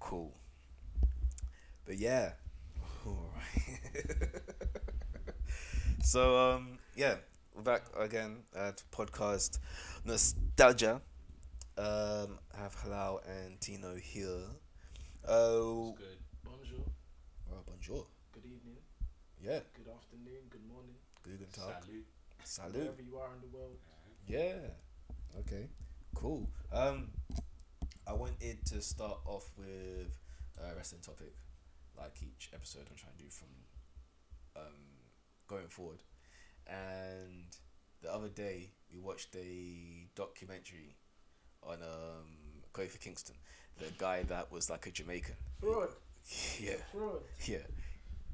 cool. But yeah, all right. so um, yeah, we're back again at podcast nostalgia. Um, I have Halal and Tino here. Oh, It's good. Bonjour. oh, bonjour. Good evening. Yeah, Good afternoon. Good morning. guten Tag. Salute. Salute. Wherever you are in the world. Yeah. Okay. Cool. Um, I wanted to start off with a wrestling topic, like each episode I'm trying to do from, um, going forward, and the other day we watched a documentary, on um Kofi Kingston, the guy that was like a Jamaican. Fraud. Yeah. Fraud. Yeah.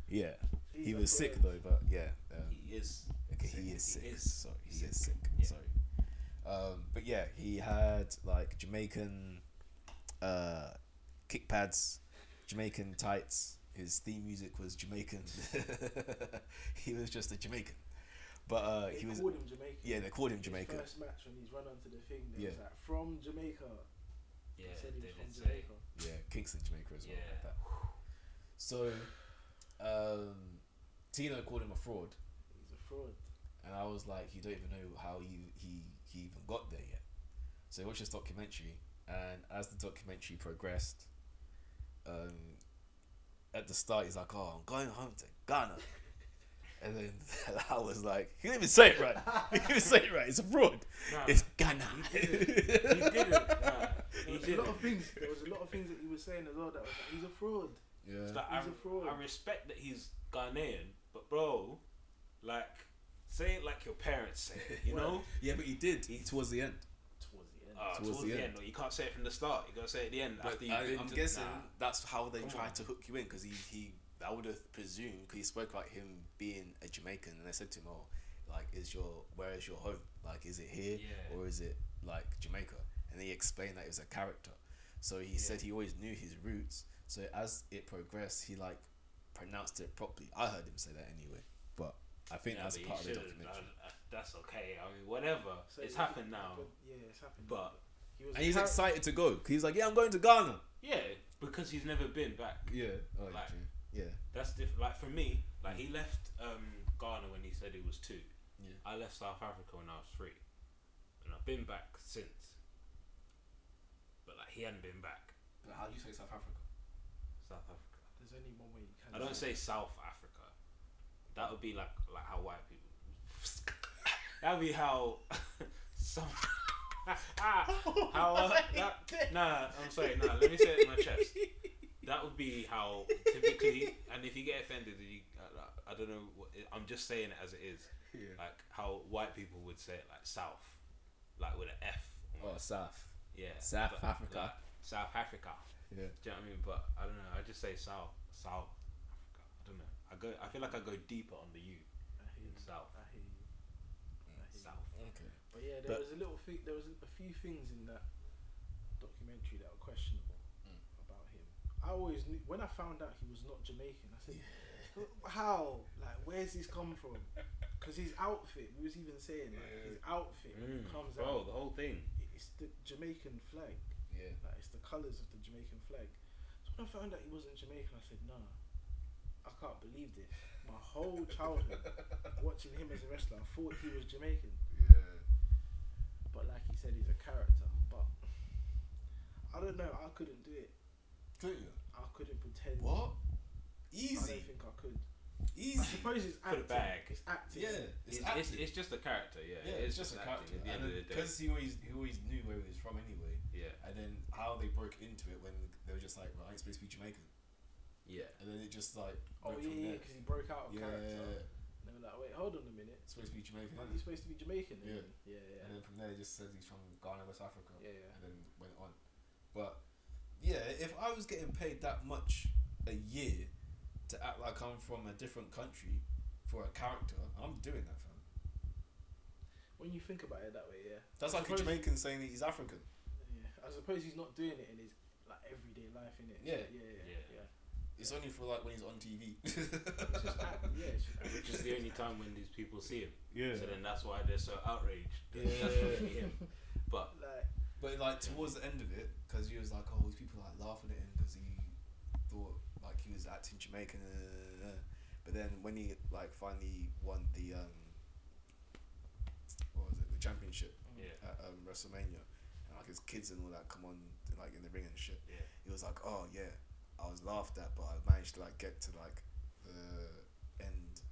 Yeah. He's He a was sick fraud. though, but yeah. Um, He is. Okay, sick. he is sick. He is Sorry, he is sick. Yeah. Sorry. Um, but yeah, he had like Jamaican uh, kick pads, Jamaican tights. His theme music was Jamaican. he was just a Jamaican, but uh, They he was called him Jamaican. yeah. They called him His Jamaican. First match when he's run onto the thing. They was Yeah. like from Jamaica. Yeah, they said he they was from did say. Jamaica. Yeah, Kingston, Jamaica as well. Yeah. Like that. So, um, Tino called him a fraud, He's a fraud. and I was like, you don't even know how he he, he even got there yet. So I watched this documentary, and as the documentary progressed, um, at the start he's like, "Oh, I'm going home to Ghana," and then I was like, "You didn't even say it right. You didn't even say it right. It's abroad. Nah, It's Ghana." he didn't. Nah, There he was a lot didn't. of things. There was a lot of things that he was saying as well. That was like, he's a fraud. It's yeah. like, I, He's a fraud. I respect that he's Ghanaian, but bro, like, say it like your parents say it, you Well, know? Yeah, but he did. He towards the end. Towards the end. Uh, towards towards, the the end. end. or you can't say it from the start. You gotta say it at the end after you've I, been am to- guessing nah. that's how they Come tried on. to hook you in because he, he I would have presumed because he spoke about him being a Jamaican and they said to him, "Oh, like is your where is your home? Like is it here Yeah. or is it like Jamaica?" And he explained that it was a character. So he said he always knew his roots. So as it progressed, he like pronounced it properly. I heard him say that anyway, but I think Yeah, that's but you part of the should've documentary. done- uh, That's okay. I mean, whatever. So it's he- happened now. But, yeah, it's happened. But- he was And he's a char- excited to go 'cause he's like, "Yeah, I'm going to Ghana." Yeah, because he's never been back. Yeah. Oh, Like- true. yeah. That's different. Like for me, like he left um, Ghana when he said he was two. Yeah. I left South Africa when I was three, and I've been back since. But like he hadn't been back But how do you say South Africa? South Africa. There's only one way you can. I don't say South Africa. That would be like like how white people. that would be how some. Oh how uh, that, nah, I'm sorry. Nah, let me say it in my chest. That would be how typically, and if you get offended, you, uh, I, I don't know. What, I'm just saying it as it is. Yeah. Like how white people would say it, like South, like with an F. Oh, South. yeah, South Africa. like, South Africa. Yeah. Do you know what I mean? But I don't know. I just say South, South Africa. I don't know. I go. I feel like I go deeper on the U I hear in you. South. I hear you. I hear you. South. Okay. But yeah, there But- was a little thing. There was a few things in that documentary that were questionable Mm. about him. I always knew when I found out he was not Jamaican. I said, "How? Like, where's this come from?" Because his outfit. We was even saying like his outfit when Mm. it comes bro, out. the whole thing. It's the Jamaican flag. Yeah. Like it's the colours of the Jamaican flag. So when I found out he wasn't Jamaican, I said, "Nah, I can't believe this." My whole childhood watching him as a wrestler, I thought he was Jamaican. Yeah. But like he said, he's a character. But I don't know. I couldn't do it. Couldn't you? I couldn't pretend. What? I don't Easy. think I could. I Easy. suppose it's For the acting. bag. It's acting. Yeah. It's, It's it's, it's, acting. just a character. Yeah, yeah, it it's is just a character. acting At the end of the day. Because he always he always knew where he was from anyway. Yeah, And then how they broke into it when they were just like, well, I ain't supposed to be Jamaican. yeah. And then it just like Oh went yeah, from yeah. there. Because he broke out of Yeah, character. And they were like, wait, hold on a minute. supposed to be Jamaican. Aren't you supposed to be Jamaican? Yeah. Yeah. Yeah. And then from there, it just says he's from Ghana, West Africa. Yeah. yeah. and then went on. But yeah, if I was getting paid that much a year to act like I'm from a different country for a character, I'm doing that, fam. When you think about it that way, yeah. That's I like a suppose- Jamaican saying that he's African. Yeah. I suppose he's not doing it in his like everyday life, in it. Yeah. Yeah. Yeah. Yeah. yeah. It's only for like when he's on TV. It's just act- yeah, it's just Which is the only time when these people see him. yeah. So then that's why they're so outraged. That Yeah. That's really him. But like But like towards the end of it, because he was like, oh, these people are like laughing at him because he he was acting Jamaican. uh, uh, uh, uh. But then when he like finally won the um, what was it? The championship Yeah. at um, WrestleMania, and like his kids and all that come on like in the ring and shit. Yeah. He was like, oh yeah, I was laughed at, but I managed to like get to like the end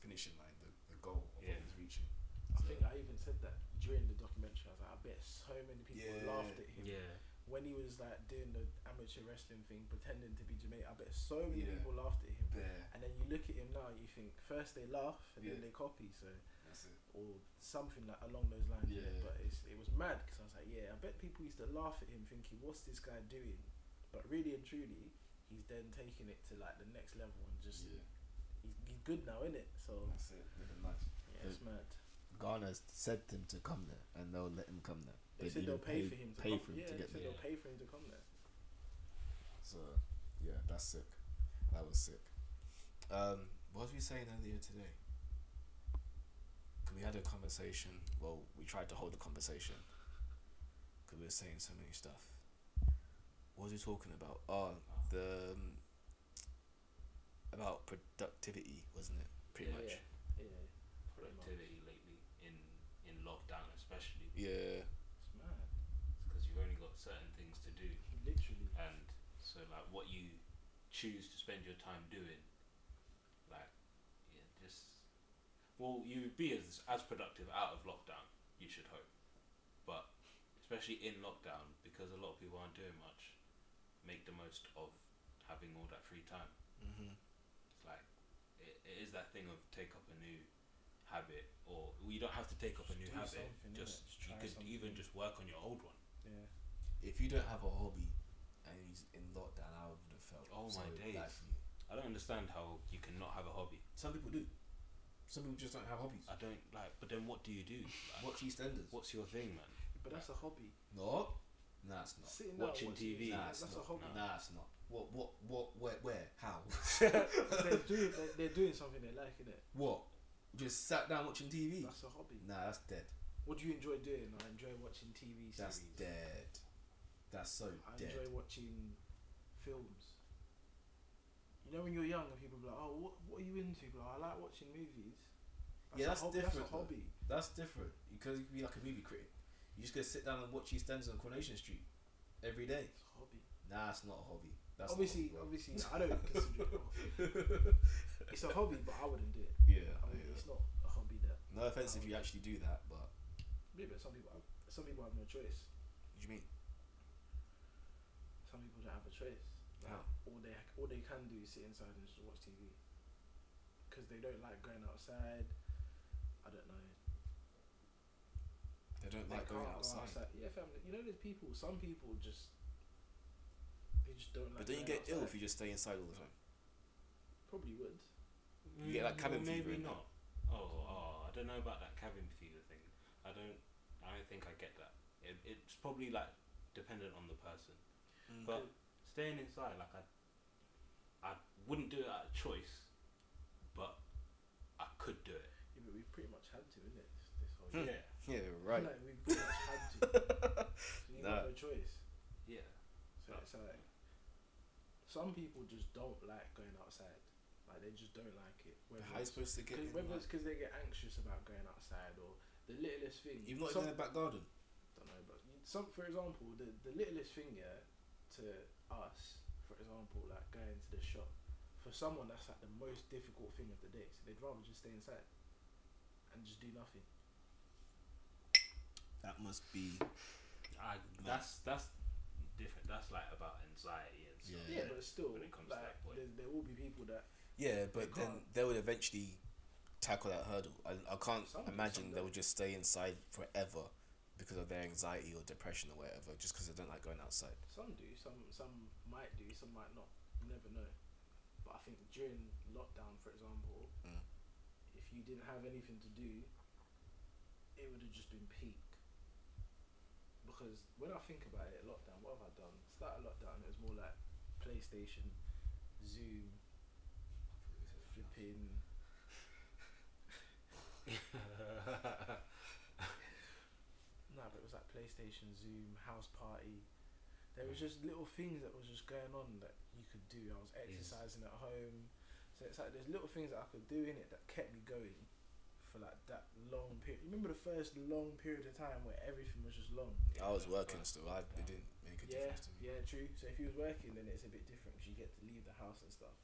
finishing line, the, the goal of Yeah. what he was reaching. I So- think I even said that during the documentary. I was like, I bet so many people Yeah. laughed at him Yeah. when he was like doing the amateur wrestling thing, pretending to be Jamaican. I bet so many Yeah. people laughed at him. there, And then you look at him now, you think first they laugh and Yeah. then they copy, so that's it. or something like along those lines. Yeah. But it's, it was mad because I was like, yeah, I bet people used to laugh at him, thinking, what's this guy doing? But really and truly, he's then taking it to like the next level and just Yeah, he's, he's good now, isn't it? So that's it. Living life. yeah, it's mad. Ghana sent them to come there, and they'll let him come there. They They'd said even they'll pay, for him. To pay come, for him yeah, to get they said there. they'll pay for him to come there. So yeah, that's sick. That was sick. Um, what was we saying earlier today? 'Cause we had a conversation. Well, we tried to hold a conversation. 'Cause we were saying so many stuff. What was we talking about? Oh, the um, about productivity, wasn't it? Pretty Yeah, much. Yeah, it's Productivity lately in in lockdown especially Yeah. mad. because you've only got certain things to do He literally. and so like what you choose to spend your time doing like yeah just well you would be as as productive out of lockdown you should hope but especially in lockdown because a lot of people aren't doing much make the most of having all that free time Mm-hmm. it's like it, it is that thing of take up a new habit or well, you don't have to take up a new Do habit something, innit? just Just you try could even something. just work on your old one. Yeah. If you don't have a hobby, and he's in lockdown, I would have felt. Oh, so my days. bad for you. I don't understand how you cannot have a hobby. Some people do. Some people just don't have hobbies. I don't like, but then what do you do? Like, Watch EastEnders. What's your thing, man? But that's a hobby. No, nah, it's not. Sitting down Watching and TV. Nah, Nah, that's it's a not. hobby. Nah, it's not. What? What? What? Where? Where? How? they're doing they're, they're doing something they like, innit? what? Just sat down watching TV? That's a hobby. Nah, that's dead. What do you enjoy doing? I enjoy watching TV series. That's dead. That's so I dead. enjoy watching films. You know, when you're young and people be like, "Oh, what, what are you into?" Be Like, I like watching movies. Yeah, a that's hobby, different, That's a though. hobby. That's different because you can be like a movie critic. You just gonna sit down and watch EastEnders on Coronation Street every day. It's a hobby. Nah, it's not a hobby. That's not a obviously, hobby, obviously, I don't consider it. a hobby. bro. It's a hobby, but I wouldn't do it. yeah, I mean, yeah. it's not a hobby that. No offense if you actually do that, but Maybe some people, have, some people have no choice. what do you mean? Some people don't have a choice. Like, How? All they all they can do is sit inside and just watch TV. Because they don't like going outside. I don't know. They don't They like going can't go outside. Yeah, family. You know, there's people. Some people just they just don't But like. don't you going get ill if outside. you just stay inside all the time? Probably would. You get, like, Mm, cabin well, fever Maybe and not. Oh, oh, I don't know about that cabin fever thing. I don't. I don't think I get that. It, it's probably like dependent on the person. Mm. But staying inside, like I, I wouldn't do it out of choice, but I could do it. Yeah, but we've pretty much had to, isn't it? This, this whole year. Yeah, Yeah, Hmm, right. Like, we've pretty much had to. So you Nah. have no choice. yeah. So it's like some people just don't like going outside. Like they just don't like it. Whether How are you it's- supposed to get in, Cause, whether like, it's because they get anxious about going outside or the littlest thing. You've not some, even in the back garden. don't know, but you- some for example, the the littlest thing yeah to us, for example, like going to the shop. For someone, that's like the most difficult thing of the day. So they'd rather just stay inside and just do nothing. That must be. I, that's that's different. That's like about anxiety and stuff. Yeah. Yeah, but still, When it comes to like that point. there, there will be people that Yeah, but They then can't. they would eventually tackle that hurdle. I, I can't Some- imagine some they don't. would just stay inside forever because of their anxiety or depression or whatever, just because they don't like going outside. Some do, some some might do, some might not. You never know. But I think during lockdown, for example, Mm. if you didn't have anything to do, it would have just been peak. Because when I think about it, lockdown, what have I done? Start of lockdown, it was more like PlayStation, Zoom, flipping. No, but it was like PlayStation, Zoom, house party. There was just little things that was just going on that you could do. I was exercising at home, so it's like there's little things that I could do in it that kept me going for like that long period. Remember the first long period of time where everything was just long. I was Yeah, working but- still. I it didn't make a yeah, difference to me. yeah, true. So if you was working, then it's a bit different because you get to leave the house and stuff.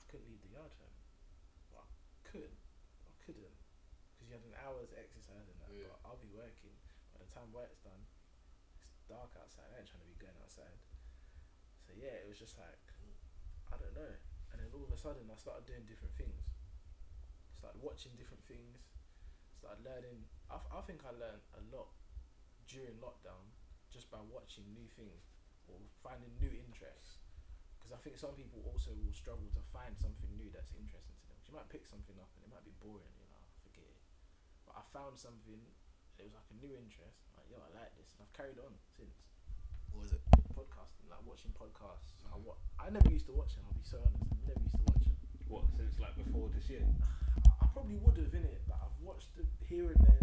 I couldn't leave the yard home. Well, I could, I couldn't, because you had an hour's exercise and that. Yeah. But I'll be working. By the time work's done, it's dark outside. I ain't trying to be going outside. So yeah, it was just like I don't know. And then all of a sudden, I started doing different things. Started watching different things. Started learning. I, th- I think I learned a lot during lockdown just by watching new things or finding new interests. Because I think some people also will struggle to find something new that's interesting to them. 'Cause you might pick something up and it might be boring, you know, forget it. But I found something, it was like a new interest. Like, yo, I like this. And I've carried on since What was it? podcasting, like watching podcasts. I, Mhm. wa- I never used to watch them, I'll be so honest. I never used to watch them. What since like before this year? I, I probably would have, innit? Like, I've watched them here and then.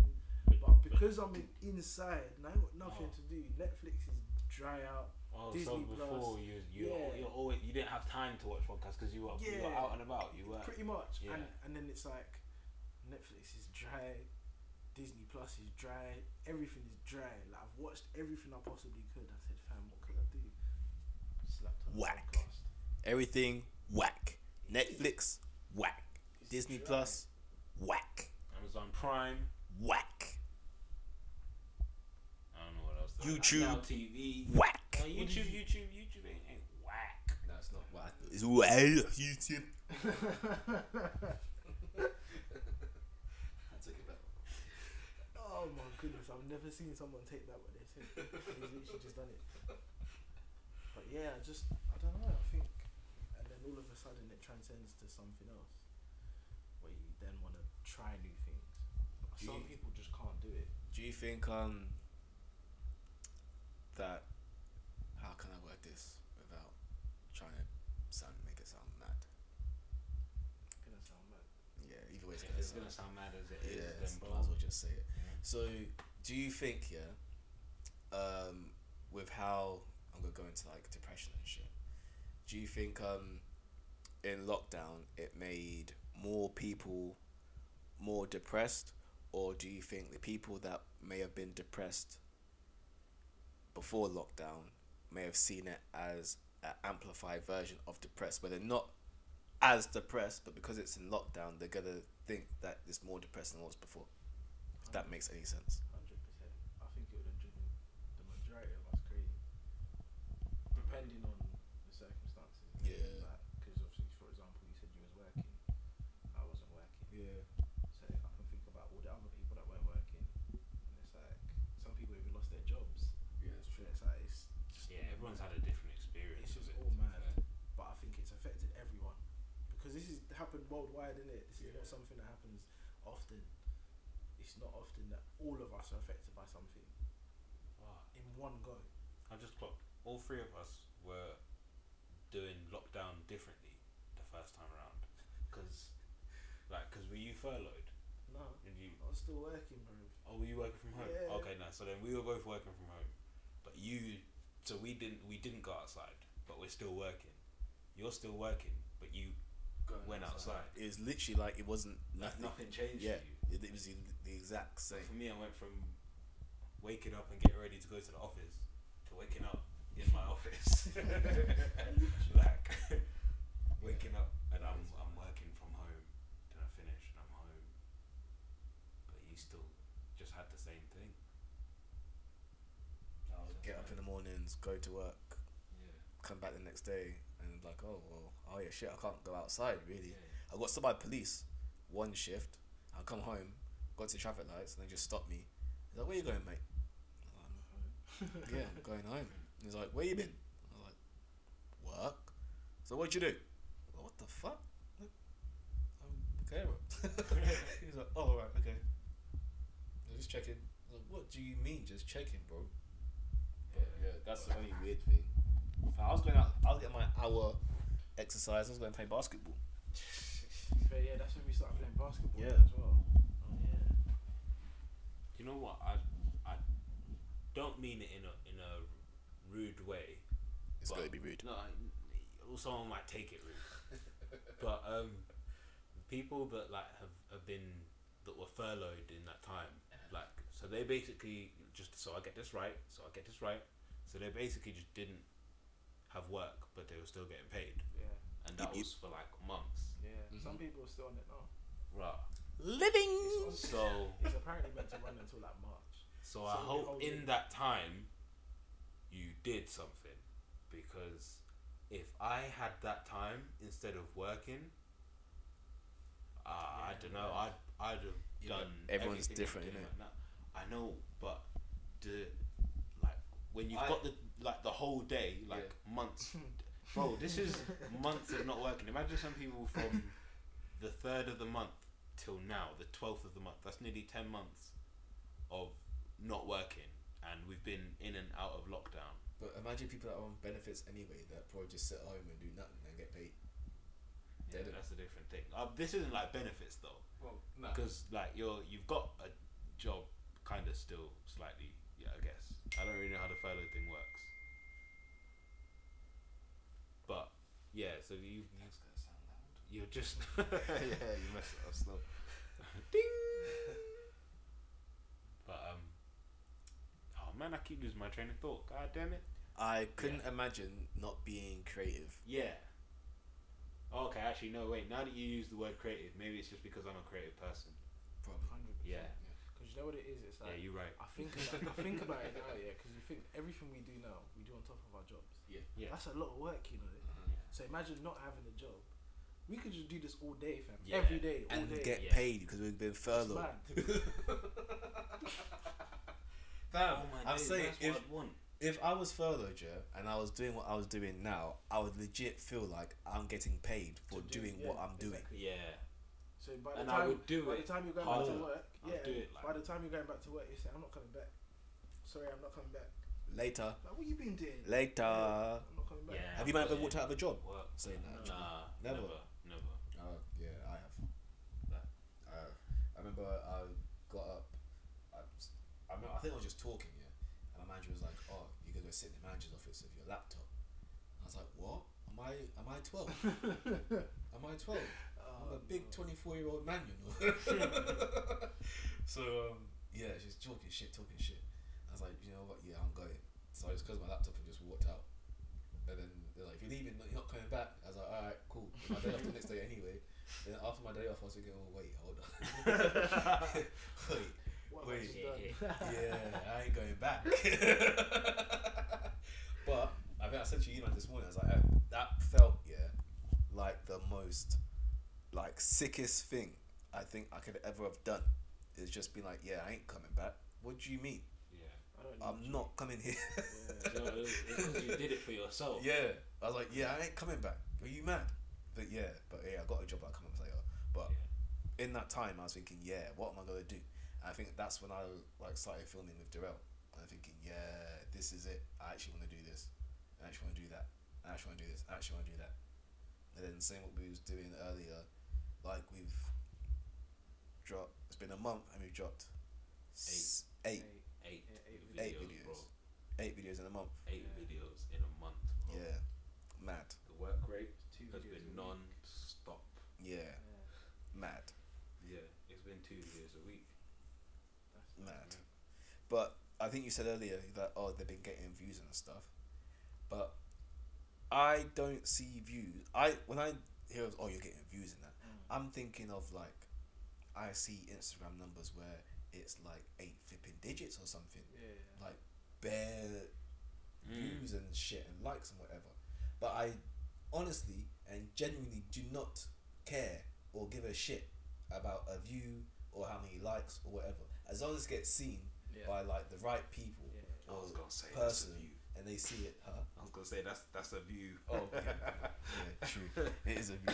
But because I'm in, inside and I've got nothing Oh. to do, Netflix is dry out. Oh, so Disney Plus. before you, you, Yeah. you're always, you didn't have time to watch podcasts because you were, you were Yeah. out and about. You were. pretty much. And, yeah. and then it's like Netflix is dry, Disney Plus is dry, everything is dry. Like I've watched everything I possibly could. I said, fam, what could I do? Slapped on a Whack. podcast. Everything whack. Netflix whack. It's Disney dry. Plus whack. Amazon Prime. Whack. I don't know what else. YouTube. Now TV. Whack. No, YouTube, YouTube, YouTube ain't, ain't whack. No, it's not whack. It's whack. YouTube. I took it back. oh my goodness, I've never seen someone take that what they said. He's literally just done it. But yeah, I just I don't know, I think and then all of a sudden it transcends to something else. Where you then wanna try new things. But Some Yeah. people just can't do it. Do you think um that how can I word this without trying to sound make it sound mad? Gonna sound mad. Yeah, either way it's If gonna it's sound. gonna sound mad as it Yeah, is, it's- then might bro. as well just say it. Yeah. So, do you think yeah, um, with how I'm gonna go into like depression and shit? Do you think um, in lockdown it made more people more depressed, or do you think the people that may have been depressed before lockdown may have seen it as an amplified version of depressed, where they're not as depressed, but because it's in lockdown, they're gonna think that it's more depressed than it was before. If that makes any sense. hundred percent. I think it would have driven the majority of us crazy, depending on the circumstances. Yeah. Because obviously, for example, you said you was working. I wasn't working, Yeah. so I can think about all the other people that weren't working. And it's like some people even lost their jobs. Yeah, that's So it's like it's just Yeah, everyone's had a different experience. It's of just it, all to be mad. fair. but I think it's affected everyone because this has happened worldwide, isn't it? This is Yeah. not something that happens often. It's not often that all of us are affected by something Wow. in one go. I just clocked. All three of us were doing lockdown differently the first time around, because like, because were you furloughed? No, And you? I was still working, bro. Oh, were you working from home? Yeah. Okay, nice. So then we were both working from home, but you. So we didn't. We didn't go outside, but we're still working. You're still working, but you went outside. It was literally like it wasn't Like nothing. nothing changed Yeah, for you. it, it was the, the exact same. For me, I went from waking up and getting ready to go to the office to waking up in my office. like waking up and I'm I'm working from home. Then I finish and I'm home. But you still just had the same thing. I would get up in the mornings, go to work, Yeah. come back the next day, and like, oh well, oh yeah, shit, I can't go outside really. I got stopped by police one shift. I come home, got to traffic lights, and they just stopped me. He's like, where you going, mate? I'm like, yeah, I'm going home. And he's like, where you been? I was like, work. So what'd you do? I was like, what the fuck? I'm okay. bro." he's like, oh, all right, okay. I was just checking. I was like, what do you mean, just checking, bro? But yeah, that's the only weird thing. I was going out. I was getting my hour exercise. I was going to play basketball. But yeah, that's when we started playing basketball Yeah. as well. Oh yeah. You know what? I I don't mean it in a in a rude way. It's But- got to be rude. No, I- someone might take it rude. but um, people that like have, have been that were furloughed in that time, like so they basically just so I get this right, so I get this right. So they basically just didn't have work, but they were still getting paid, Yeah, and that Yep, yep. was for like months. yeah. Mm-hmm. Some people are still on it now. Right. Living. It's, on- So it's apparently meant to run until like March. So So I we hope hold in it. that time you did something because if I had that time instead of working, uh, I Yeah, don't know, I'd, I'd have Yeah, done. but everyone's everything I'm different, doing innit? right now. I know, but the like when you've I- got the like the whole day, like months. Bro, this is months of not working. Imagine some people from the third of the month till now, the twelfth of the month. That's nearly ten months of not working, and we've been in and out of lockdown. But imagine people that are on benefits anyway that probably just sit at home and do nothing and get paid. Yeah, Dead it. that's a different thing. Uh, this isn't like benefits though, Well, no. because like you're you've got a job, kind of still slightly. Yeah, I guess I don't really know how the furlough thing works, but yeah. So you That's gonna sound loud. you're just yeah you mess it up slow. Ding. But um, oh man, I keep losing my train of thought. God damn it. I couldn't imagine not being creative. Yeah. Oh, Okay, actually, no, wait. Now that you use the word creative, maybe it's just because I'm a creative person. Probably. Hundred. Yeah. Because you know what it is? It's like yeah, you're right. I think about, I think about it now, yeah. Because you think everything we do now, we do on top of our jobs. Yeah. Mm-hmm. Yeah. That's a lot of work, you know. Yeah. So imagine not having a job. We could just do this all day, fam. Yeah. Every day, all And day. get yeah. paid because we've been It's furloughed. mad. Fam, I'm I'm saying Oh, that's if what I'd want. if I was furloughed, yeah, and I was doing what I was doing now, I would legit feel like I'm getting paid for To do- doing yeah, what I'm doing. exactly. Yeah. So by the And I time, would do by it the time you're going back harder. to work, I'd yeah. do it, like- by the time you're going back to work, you say, "I'm not coming back." Sorry, I'm not coming back. Later, Like, what you been doing? later. I'm not coming back. Yeah. Have you ever walked out of a job? Work. Say that. Nah, never. Never. Never. Oh yeah, I have. That. I have. I remember I got up. I, was- I remember. I think I was just talking, yeah. And my manager was like, "Oh, you're gonna go sit in the manager's office with your laptop." I was like, "What? Am I? Am I twelve? am I twelve? I'm a Um, big twenty-four-year-old man, you know." so um, yeah, she's talking shit, talking shit. I was like, you know what? Yeah, I'm going. So I just closed my laptop and just walked out. And then they're like, if you're leaving, you're not coming back. I was like, all right, cool. My day off the next day anyway. Then after my day off, I was thinking, oh wait, hold on, wait, what Wait. have I just done? yeah, I ain't going back. but I mean, I sent you an email this morning. I was like, oh, that felt yeah, like the most, like sickest thing I think I could ever have done. Is just been like, yeah, I ain't coming back. What do you mean? Yeah. I don't I'm Mm. need not coming here. you. So it was- it's 'cause you did it for yourself. Yeah, I was like, yeah, I ain't coming back. Are you mad? But yeah, but yeah, I got a job. I'll come up later. But in that time, I was thinking, yeah, what am I gonna do? And I think that's when I like started filming with Darrell. And I'm thinking, yeah, this is it. I actually want to do this. I actually want to do that. I actually want to do this. I actually want to do that. And then same what we was doing earlier, like we've dropped. It's been a month and we've dropped s- eight Eight, Yeah, eight videos, eight bro. videos. eight videos in a month. Eight Yeah. videos in a month. Bro. Yeah, mad. The work rate Two has videos been a week. non-stop. Yeah, Yeah, mad. Yeah, it's been two videos a week. that's- mad. But I think you said earlier that oh they've been getting views and stuff, but I don't see views. I when I hear of, oh you're getting views and that, Mm. I'm thinking of like I see Instagram numbers where it's like eight flipping digits or something, Yeah. like bare Mm. Mm. views and shit and likes and whatever. But I honestly and genuinely do not care or give a shit about a view or how many likes or whatever. As long as it gets seen Yeah. by like the right people Yeah. I was or gonna say person that's a view. and they see it, huh? I was gonna say that's that's a view. Oh, yeah, yeah, true. It is a view.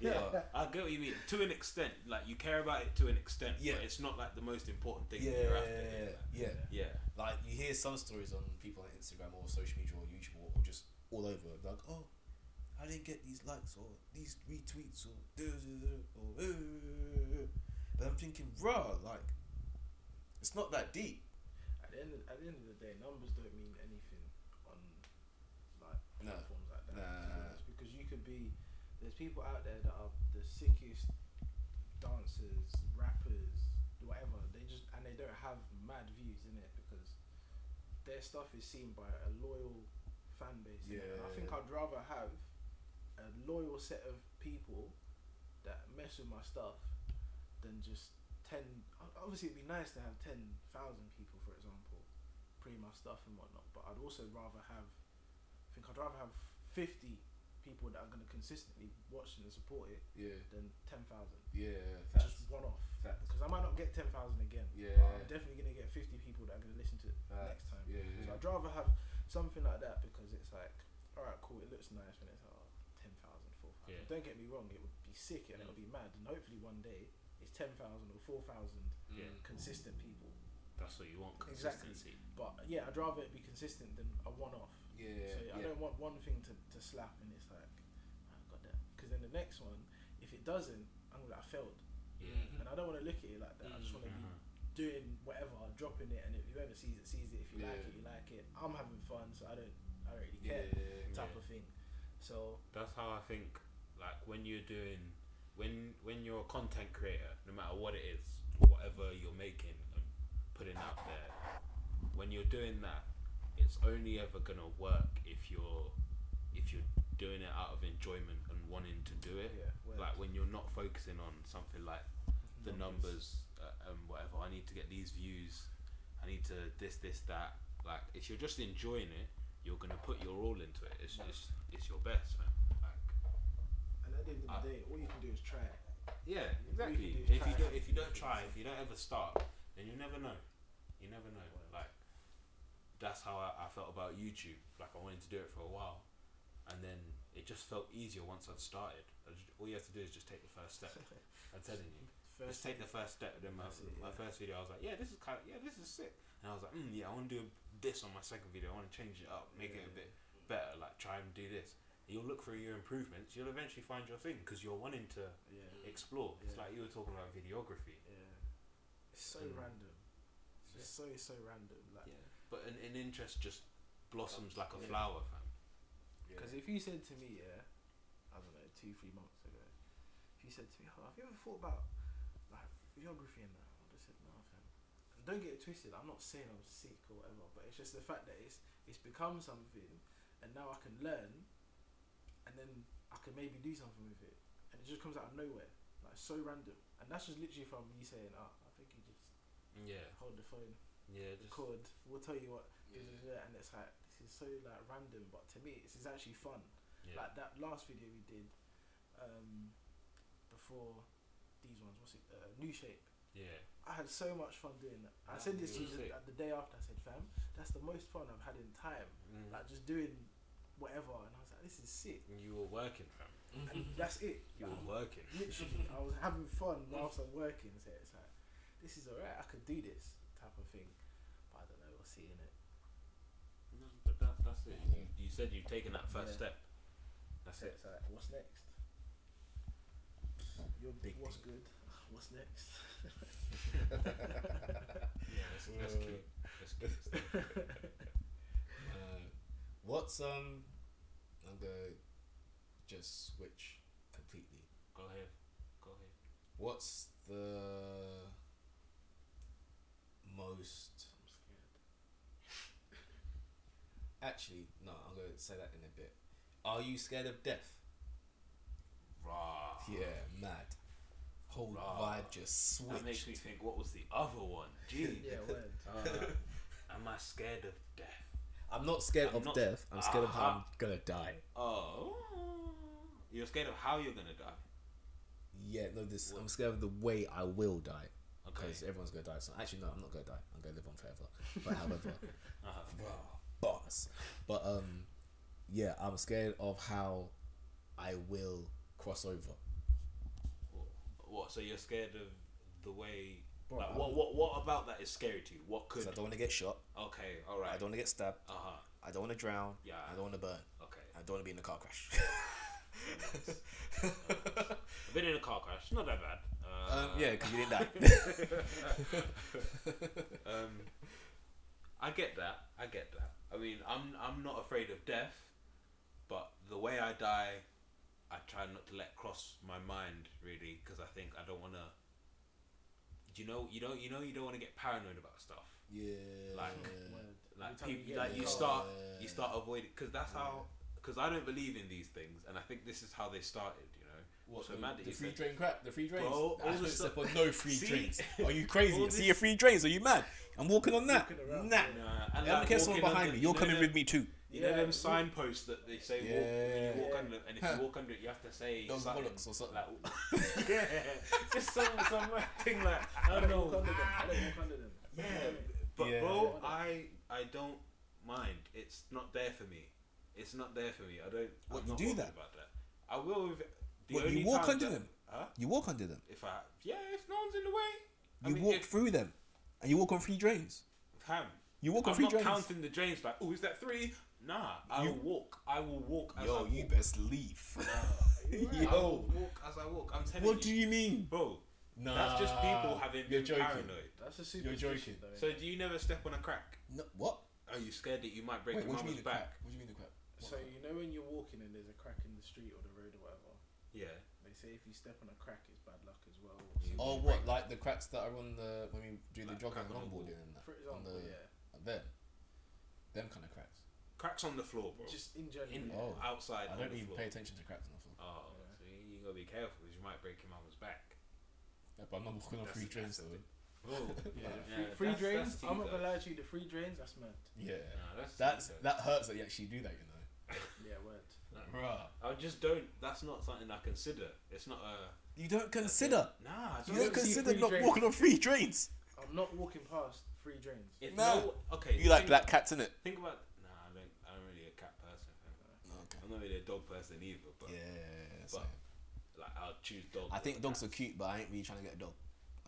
yeah, I get what you mean. To an extent, like you care about it to an extent, Yeah. but it's not like the most important thing Yeah, that you're after. yeah, Like, yeah. yeah, Like you hear some stories on people on Instagram or social media or YouTube or, or just all over, like, oh, I didn't get these likes or these retweets or duh, duh, duh, or. uh, uh, uh, uh." But I'm thinking, bruh, like, it's not that deep. At the end, of, at the end of the day, numbers don't mean anything on like No. platforms like that. to be Nah. honest, because you could be there's people out there that are the sickest dancers, rappers, whatever. They just and they don't have mad views in it because their stuff is seen by a loyal fan base. innit? And I Yeah. think I'd rather have a loyal set of people that mess with my stuff than just ten. ob- Obviously, it'd be nice to have ten thousand people, for example, pre my stuff and whatnot. But I'd also rather have. I think I'd rather have fifty people that are going to consistently watch and support it Yeah. than ten thousand. Yeah. That's, Just one off. that's, Because I might not get ten thousand again. yeah. But I'm definitely going to get fifty people that are going to listen to it Facts. next time. Yeah. So I'd rather have something like that because it's like, all right, cool. It looks nice when it's oh, 10,000, 4,000. Yeah. Don't get me wrong. It would be sick and it would be mad. And hopefully one day it's 10,000 or 4,000 Yeah. consistent people. That's what you want Exactly. consistency. But yeah, I'd rather it be consistent than a one-off. Yeah. so I yeah. don't want one thing to, to slap and it's like, oh, God damn. Because then the next one, if it doesn't, I'm gonna be like, I failed. Yeah. And I don't want to look at it like that. I just want to be Uh-huh. doing whatever, dropping it, and if whoever sees it sees it. If you like Yeah. it, you like it. I'm having fun, so I don't, I don't really Yeah. care. Type Yeah. of thing. So That's how I think. Like when you're doing, when when you're a content creator, no matter what it is, whatever you're making and putting out there, when you're doing that, it's only ever gonna work if you're if you're doing it out of enjoyment and wanting to do yeah, it. well, Like when you're not focusing on something like the numbers uh, and whatever. I need to get these views. I need to this, this, that. Like, if you're just enjoying it, you're gonna put your all into it. It's it's, it's your best, man. Like, And at the end Uh, of the day, all you can do is try it. yeah, exactly. exactly. If you don't, if you don't try, if you don't ever start, then you never know. You never know. Like, that's how I, I felt about YouTube. Like, I wanted to do it for a while, and then it just felt easier once I'd started. I just, all you have to do is just take the first step. I'm telling you. Let's First take the first step. Then my, That's it, my yeah. first video, I was like, yeah, this is kind of yeah, this is sick. And I was like, mm, yeah, I want to do this on my second video. I want to change it up, make it Yeah. a bit better. Like try and do this. You'll look through your improvements. You'll eventually find your thing because you're wanting to yeah, explore. It's Yeah. like you were talking about videography. yeah. It's so Mm. random. It's just so so random. Like, But an, an interest just blossoms like a Yeah. flower, fam. Yeah. because if you said to me, yeah, I don't know, two three months ago, if you said to me, oh, have you ever thought about like videography and that? I would have said no, fam. And don't get it twisted. I'm not saying I'm sick or whatever, but it's just the fact that it's it's become something, and now I can learn, and then I can maybe do something with it, and it just comes out of nowhere, like so random. And that's just literally from you saying, oh, I think you just Yeah, hold the phone, yeah. Just, record. We'll tell you what, Yeah. and it's like this is so like random, but to me, this is actually fun yeah. like that last video we did um, before these ones what's it uh, new shape yeah. i had so much fun doing that i Yeah, said this to New you the, Shape. the day after i said fam that's the most fun i've had in time Mm. like just doing whatever and i was like this is sick you were working, fam. and that's it You Like, were working. literally i was having fun whilst i'm working so it's like this is all right i could do this type of thing but i don't know we'll see in it No, but that, that's it. You, Yeah. you said you've taken that first Yeah. step. That's so it. it's like what's next You're, Big what's good what's next Yeah, that's, that's Uh, cute. That's cute. Uh, what's um? I'm gonna just switch completely. Go ahead. Go ahead. What's the most? i'm scared Actually, no. I'm gonna say that in a bit. Are you scared of death? Rah. Yeah, mad. Whole Rah. vibe just Ah. That makes switched. me think. What was the other one? Gee. Yeah, word. Uh, am I scared of death? I'm not scared I'm of not- death. I'm scared of how I'm Ah. gonna die. Oh. You're scared of how you're gonna die. Yeah, no. This What? I'm scared of the way I will die. Okay. Because everyone's gonna die. So actually, no. I'm not gonna die. I'm gonna live on forever. But however. Uh-huh. Wow, boss. But um, yeah, I'm scared of how I will cross over. What? So you're scared of the way? Bro, like, I'm- what? What? What about that is scary to you? What could? Because I don't want to get shot. Okay. All right. I don't want to get stabbed. Uh huh. I don't want to drown. Yeah. I don't want to burn. Okay. I don't want to be in a car crash. I've been in a car crash. Not that bad. um, Uh, yeah, because you didn't die. Um, I get that. I get that. I mean, I'm I'm not afraid of death, I die, I try not to let cross my mind really because I think I don't want to. You know, you don't, you know, you don't want to get paranoid about stuff. Yeah. Like- Every Like time you people, get like in you the car. start, Yeah. you start avoiding because that's how. Because I don't believe in these things, and I think this is how they started. You know. what, so the, mad that the you free said- drain crap, the free drains. Bro, I all this said, stuff- but no free See? drinks. Are you crazy? All See this- your free drains? Are you mad? I'm walking on that. Walking around, nah. And, uh, and I don't like care someone walking behind under- me. you You're know coming them- with me too. You know Yeah. them signposts that they say walk, and you walk Yeah. under, it, and if you walk under it, you have to say Those something, bollocks or something. Like, yeah, just some some thing like I I don't don't walk know. Ah! under them. I don't walk under them. Yeah, but Yeah. bro, I I don't mind. It's not there for me. It's not there for me. I don't. What, I'm you not do bothered that? About that. I will. If, the What, you only walk times under that- them? Huh? You walk under them. If I yeah, if no one's in the way, I You mean, walk if, through them, and you walk on free drains. Ham. You walk on I'm free not drains. counting the drains. Like, oh, is that three? Nah, I You- will walk. I will walk. As I Yo, walk. you best leave. I will walk as I walk. I'm telling what do you mean? bro? Nah, that's just people having you're been joking. paranoid. That's a You're superstition. joking. Though. So do you never step on a crack? No, what? Are you scared that you might break Wait, your what do you mean mama's the back? crap? What do you mean the crap? What so crap? you know when you're walking and there's a crack in the street or the road or whatever. Yeah. They say if you step on a crack, it's bad luck as well. You- Oh, what? Like the cracks that are on the when we do the Like jogging crack and on the wall. longboarding and that. For on example, the, yeah, and them, them kind of cracks. Cracks on the floor, bro. just in general. in yeah. Oh. outside. I on don't the even floor. pay attention to cracks on the floor. Oh, Yeah. so you gotta be careful because you might break your mama's back. Yeah, but I'm not walking on That's- free drains that's though. the Oh, Yeah, yeah, free, free that's- drains. that's I'm tea, not gonna though. lie to you. The free drains. That's mad. Yeah, Nah, that's that's tea, though. that hurts that you actually do that. You Yeah, word. know, bruh. I just don't. That's not something I consider. It's not a. You don't consider. Nah, I You don't don't see consider free not drains. walking on free drains. I'm not walking past free drains. If No. no. okay. You like think- black cats, innit? Think about. Nah, I don't. I'm really a cat person. fam. Okay. I'm not really a dog person either. But Yeah. so- like, I'll choose dogs. I think over dogs are cats. cute, but I ain't really trying to get a dog.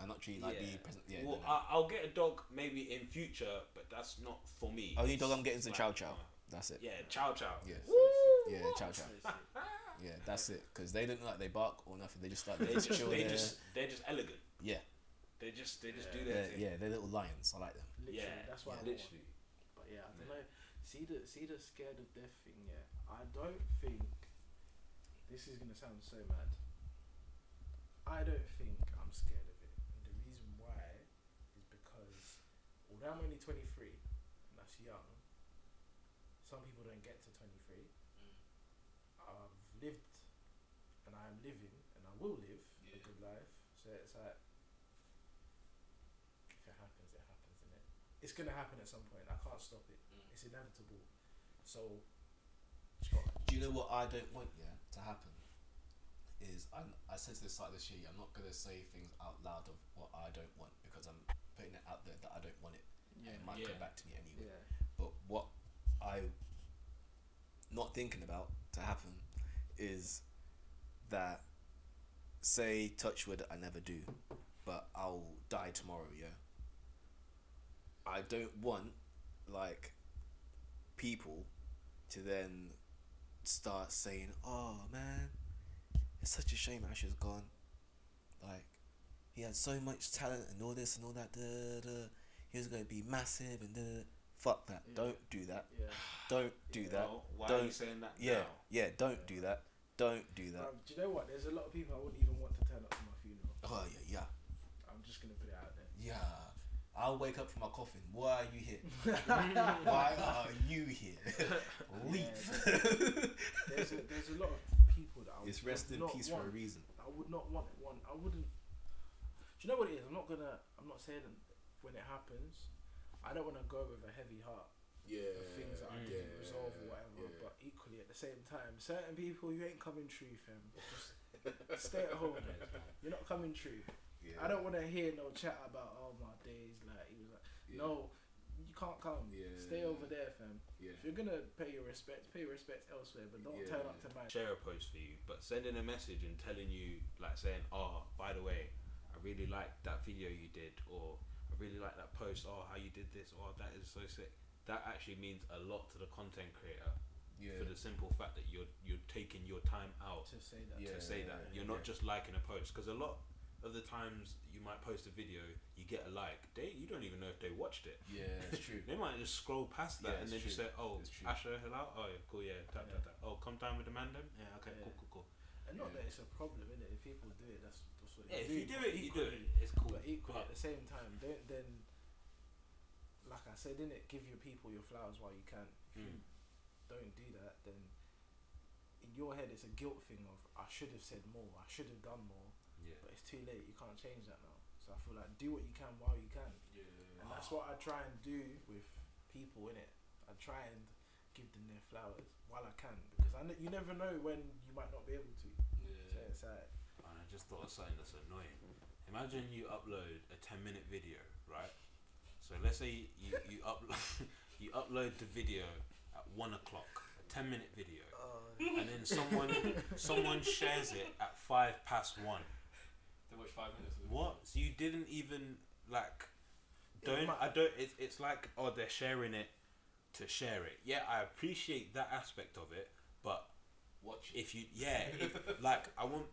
I'm not really like Yeah. the present. Yeah. well, no, no. I, I'll get a dog maybe in future, but that's not for me. Only dog I'm getting is a Like, chow chow. uh, That's it. Yeah, chow chow. Yeah. Woo! Ah! Yeah, chow chow. Yeah, that's it. Because they don't like they bark or nothing. They just like They they just, chill they there. just, they're just elegant. Yeah. They just, they just Yeah. do their They're- thing. yeah, they're little lions. I like them. Literally, Yeah, that's why I literally. want one. But yeah, I don't know. See the see the scared of death thing. Yeah, I don't think this is gonna sound so mad. I don't think I'm scared of it. And the reason why is because although I'm only 23 and that's young, some people don't get to 23. I've lived and I'm living and I will live a Yeah. good life. So it's like if it happens, it happens, is it? It's gonna happen at some point. I can't stop it. It's inevitable. So just gotta Do you know what I don't want? Yeah, to happen is I I said to this site this year. I'm not gonna say things out loud of what I don't want because I'm putting it out there that I don't want it. and it might Yeah. come back to me anyway. Yeah. But what I'm not thinking about to happen is that, say, touch wood, I never do, but I'll die tomorrow, yeah? I don't want, like, people to then start saying, oh man, it's such a shame Ash is gone. Like, he had so much talent and all this and all that. Duh, duh. He was going to be massive and duh. Fuck that. Yeah. Don't do that. Yeah. Don't do Yeah. that. Well, why are you Don't- saying that Yeah, now? yeah, don't do that. Don't do that. Um, do you know what? There's a lot of people I wouldn't even want to turn up to my funeral. Oh, yeah, yeah. I'm just gonna put it out there. Yeah. I'll wake up from my coffin. Why are you here? Why are you here? Leave. There's a, there's a lot of people that I it's would rest in not peace want. for a reason. I would not want one. I wouldn't. Do you know what it is? I'm not gonna. I'm not saying when it happens. I don't want to go with a heavy heart Yeah. of things that I didn't resolve or whatever. But equally, at the same time, certain people you ain't coming true, fam. Just stay at home. You're not coming true. I don't want to hear no chat about all my days. Like he was like, no, you can't come. Yeah. Stay over there, fam. Yeah. If you're gonna pay your respects, pay your respects elsewhere, but don't Yeah. turn up to mine. Share a post for you, but sending a message and telling you, like saying, oh, by the way, I really like that video you did, or I really like that post, or how you did this, or that is so sick. That actually means a lot to the content creator Yeah. for the simple fact that you're you're taking your time out To say that. Yeah. to say that. You're yeah. not just liking a post because a lot of the times you might post a video, you get a like. They you don't even know if they watched it. Yeah, it's true. They might just scroll past that Yeah, and it's they just true. say, "Oh, It's true. Asher, hello. Oh, yeah, cool. Yeah, tap, Yeah. tap, tap. Oh, come down with the man. Then. Yeah, okay, Yeah. cool, cool, cool. And not Yeah. that it's a problem, innit? If people do it, that's, that's what Yeah, if they you do. do but it, you do it. equally- It's cool. But equally, But- at the same time, don't then, like I said, innit? Give your people your flowers while you can. If you Hmm. Mm. don't do that, then in your head it's a guilt thing of, I should have said more, I should have done more, Yeah. but it's too late, you can't change that now. So I feel like do what you can while you can. Yeah. And that's what I try and do with people in it. I try and give them their flowers while I can because I kn- you never know when you might not be able to. So Yeah. it's like, And I just thought of something that's annoying. Imagine you upload a ten minute video, right? So let's say you, you upload you upload the video at one o'clock, a ten minute video. And then someone someone shares it at five past one. They watch five minutes. of it. What? So you didn't even like It don't might- I don't it's it's like oh they're sharing it to share it. Yeah, I appreciate that aspect of it, but Watch it. if you yeah, if, like I want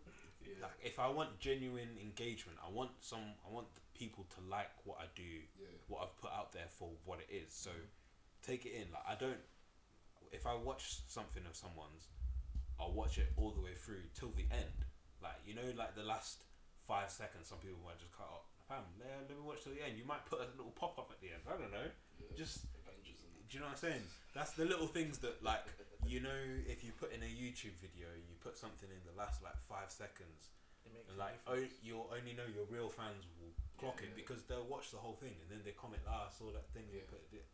Yeah. like if I want genuine engagement, I want some I want the people to like what I do, yeah. what I've put out there for what it is. So Mm-hmm. take it in. Like I don't if I watch something of someone's, I'll watch it all the way through till the end. Like you know like the last 5 seconds some people might just cut up. Fam, let, let me watch till the end. You might put a little pop up at the end. I don't know. yeah. Just Avengers and do you know what I'm saying? That's the little things that, like, you know, if you put in a YouTube video, you put something in the last like five seconds, it makes and a like, oh, difference. you'll only know your real fans will clock Yeah. it because they'll watch the whole thing and then they comment, ah, I saw that thing. Yeah. Yeah. Put it.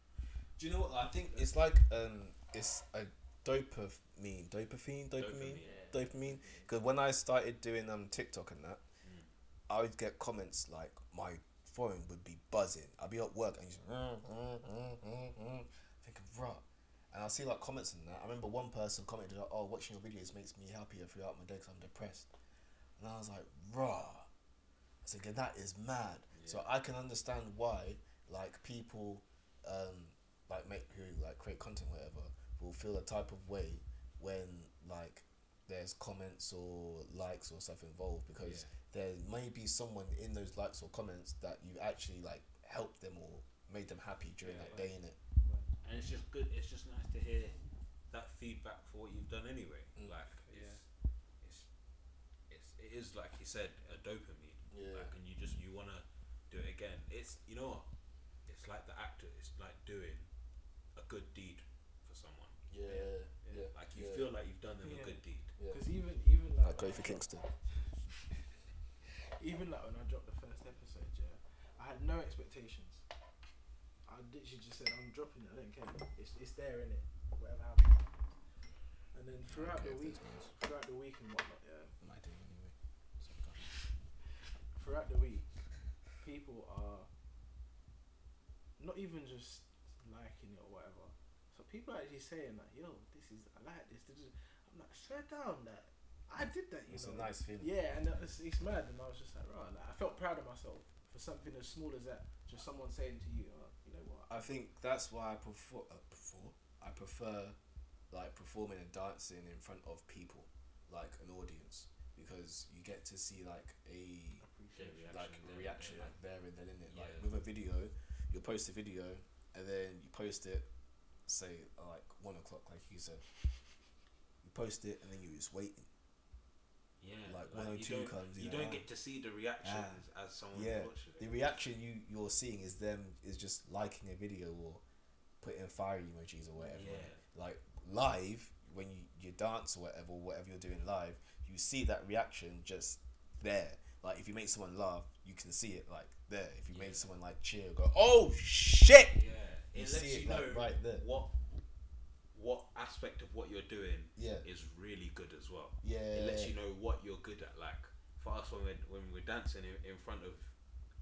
Do you know what? I think it's like um, it's a dopamine, dopamine, dopamine, Dopamine. Yeah. dopamine. Because when I started doing um TikTok and that, Mm. I would get comments like my phone would be buzzing. I'd be at work and just mm, mm, mm, mm, mm, thinking, bruh. And I see like comments and that. I remember one person commented, like, "Oh, watching your videos makes me happier throughout my day because I'm depressed." And I was like, "Bruh," I was thinking that is mad. So Yeah. I can understand why like people, um, like make who like create content whatever will feel a type of way when like there's comments or likes or stuff involved because there may be someone in those likes or comments that you actually like helped them or made them happy during Yeah, that yeah. day in it. And it's just good. It's just nice to hear that feedback for what you've done anyway. Mm. Like, it's, it's, it's, it is like you said, a dopamine. Yeah. Like, and you just you wanna do it again. It's you know what? It's like the actor. It's like doing a good deed for someone. Yeah. Yeah. Like you Yeah. feel like you've done them Yeah. a good deed. oh, Because even even like, Like when Kofi I- Kingston. even like when I dropped the first episode, yeah, I had no expectations. I literally just said, I'm dropping it. I don't care. It's it's there in it. Whatever happens. And then throughout the week, throughout the week and whatnot, yeah. My day anyway. throughout the week, people are not even just liking it or whatever. So people are actually saying like, "Yo, this is I like this." this is-" I'm like, "Swear down that I did that." You It's know. a nice feeling. Yeah, and it's, it's mad, and I was just like, "Right," like, I felt proud of myself for something as small as that. Just someone saying to you, oh, "You know what?" I think that's why I prefer, uh, prefer I prefer like performing and dancing in front of people, like an audience, because you get to see like a I appreciate it. Yeah, like Reaction there, reaction yeah. like there and then in it. Like Yeah. with a video, you post a video and then you post it, say like one o'clock, like you said. You post it and then you're just waiting. Yeah. Like, 102 you don't, comes, you You know, don't ah. get to see the reactions as someone Yeah, watches it. The reaction you you're seeing is them is just liking a video or putting fire emojis or whatever. on it. Like live when you, you dance or whatever, whatever you're doing live, you see that reaction just there. Like if you make someone laugh, you can see it like there. If you Yeah. make someone like cheer, go oh shit. Yeah. It You lets see it you know like right there. what what aspect of what you're doing Yeah, is really good as well. yeah. It lets you know what you're good at. Like for us, when we're, when we're dancing in, in front of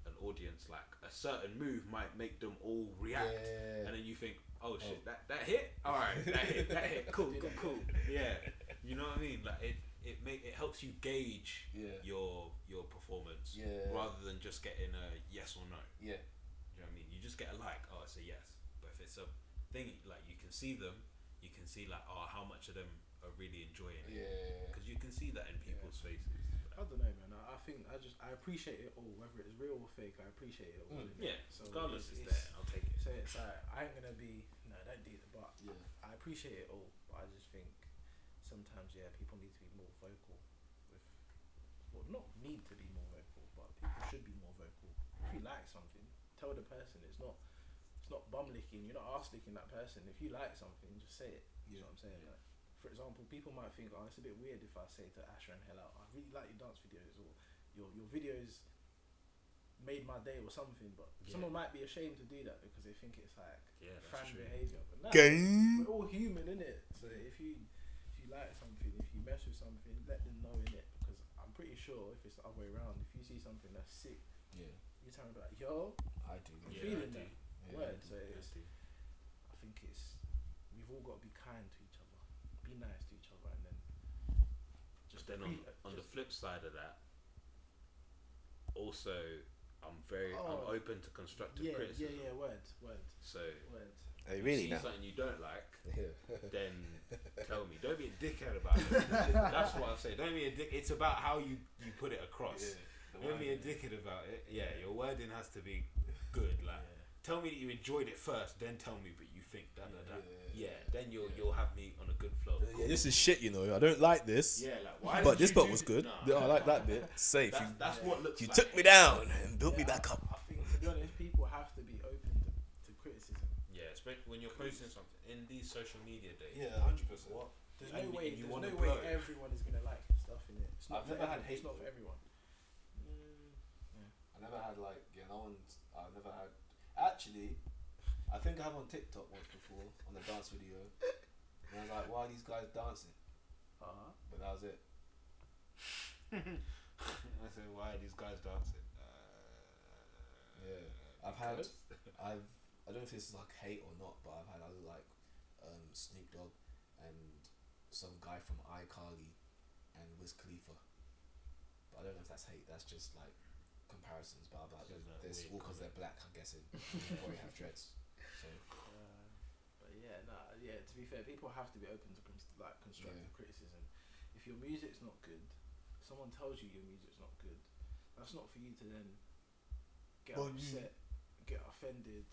an audience, like a certain move might make them all react, Yeah. and then you think, "Oh shit, that, that hit! All right, that hit, that hit, cool, cool, cool." Yeah, you know what I mean. Like it, it make it helps you gauge Yeah. your your performance Yeah. rather than just getting a yes or no. Yeah. Do you know what I mean? You just get a like, oh, it's a yes. But if it's a thing, like you can see them, you can see like, oh, how much of them are really enjoying it Yeah. because you can see that in people's faces. I I don't know, man. I, I think I just I appreciate it all, whether it's real or fake. I appreciate it all. Mm. innit? Yeah, So regardless, it's, it's- there. I'll take it. So it's like I ain't gonna be no, don't do that. But Yeah. I appreciate it all, but I just think sometimes yeah, people need to be more vocal with well not need to be more vocal, but people should be more vocal. If you like something, tell the person it's not it's not bum licking, you're not ass licking that person. If you like something, just say it. You Yeah. know what I'm saying? Yeah. Like, for example, people might think, Oh, it's a bit weird if I say to Asher and Hella, I really like your dance videos or your your videos made my day or something, but Yeah. someone might be ashamed to do that because they think it's like Yeah, that's fan true. behavior. But nah, Game. we're all human, innit? So if you if you like something, if you mess with something, let them know in it. Because I'm pretty sure if it's the other way around, if you see something that's sick, Yeah. you tell me like, yo, I do. I'm Yeah, I feeling do. that Yeah, word. I do. So it's, I do. I think it's we've all got to be kind to each other, be nice to each other, and then Just then on, appre- on the just- flip side of that, also I'm very Oh. I'm open to constructive yeah, criticism. yeah, yeah, word, word, So word. Hey, if really you see now? something you don't like, Yeah. then tell me. Don't be a dickhead about it. That's what I say. Don't be a dick. It's about how you, you put it across. Don't be a dickhead about it. Yeah, your wording has to be good. Like, tell me that you enjoyed it first, then tell me that you think that Yeah, that that. yeah, Yeah, then you'll you'll have me on a good flow. Yeah, yeah, this is shit, you know. I don't like this. Yeah, like why? But did this you bit do was thi- good. uh, Nah. Yeah, I like that bit. Safe. That's, you that's what looks You like took me hate. down and built me Yeah, back up. I think to be honest, people have to be open to, to criticism. Yeah, especially when you're posting something in these social media days. hundred percent. What? There's no And you- way. and you There's wanna no way blow. everyone is gonna like your stuff in it. It's not I've for never had everyone, hate It's not for though. everyone. I never had like you know, and I never had. Actually, I think I have on TikTok once before on the dance video, and I was like, "Why are these guys dancing?" Uh huh. But that was it. I said, why are these guys dancing? Uh, Yeah. I've had- because- I've I don't know if this is like hate or not, but I've had other like um, Snoop Dogg and some guy from iCarly and Wiz Khalifa. But I don't know if that's hate. That's just like comparisons. But I'm like, This is like this weird all because they're black. I'm guessing. They probably have dreads. So Uh, but yeah, nah, yeah. To be fair, people have to be open to cons- like constructive Yeah. criticism. If your music's not good, someone tells you your music's not good. That's not for you to then get Well, you- upset, get offended.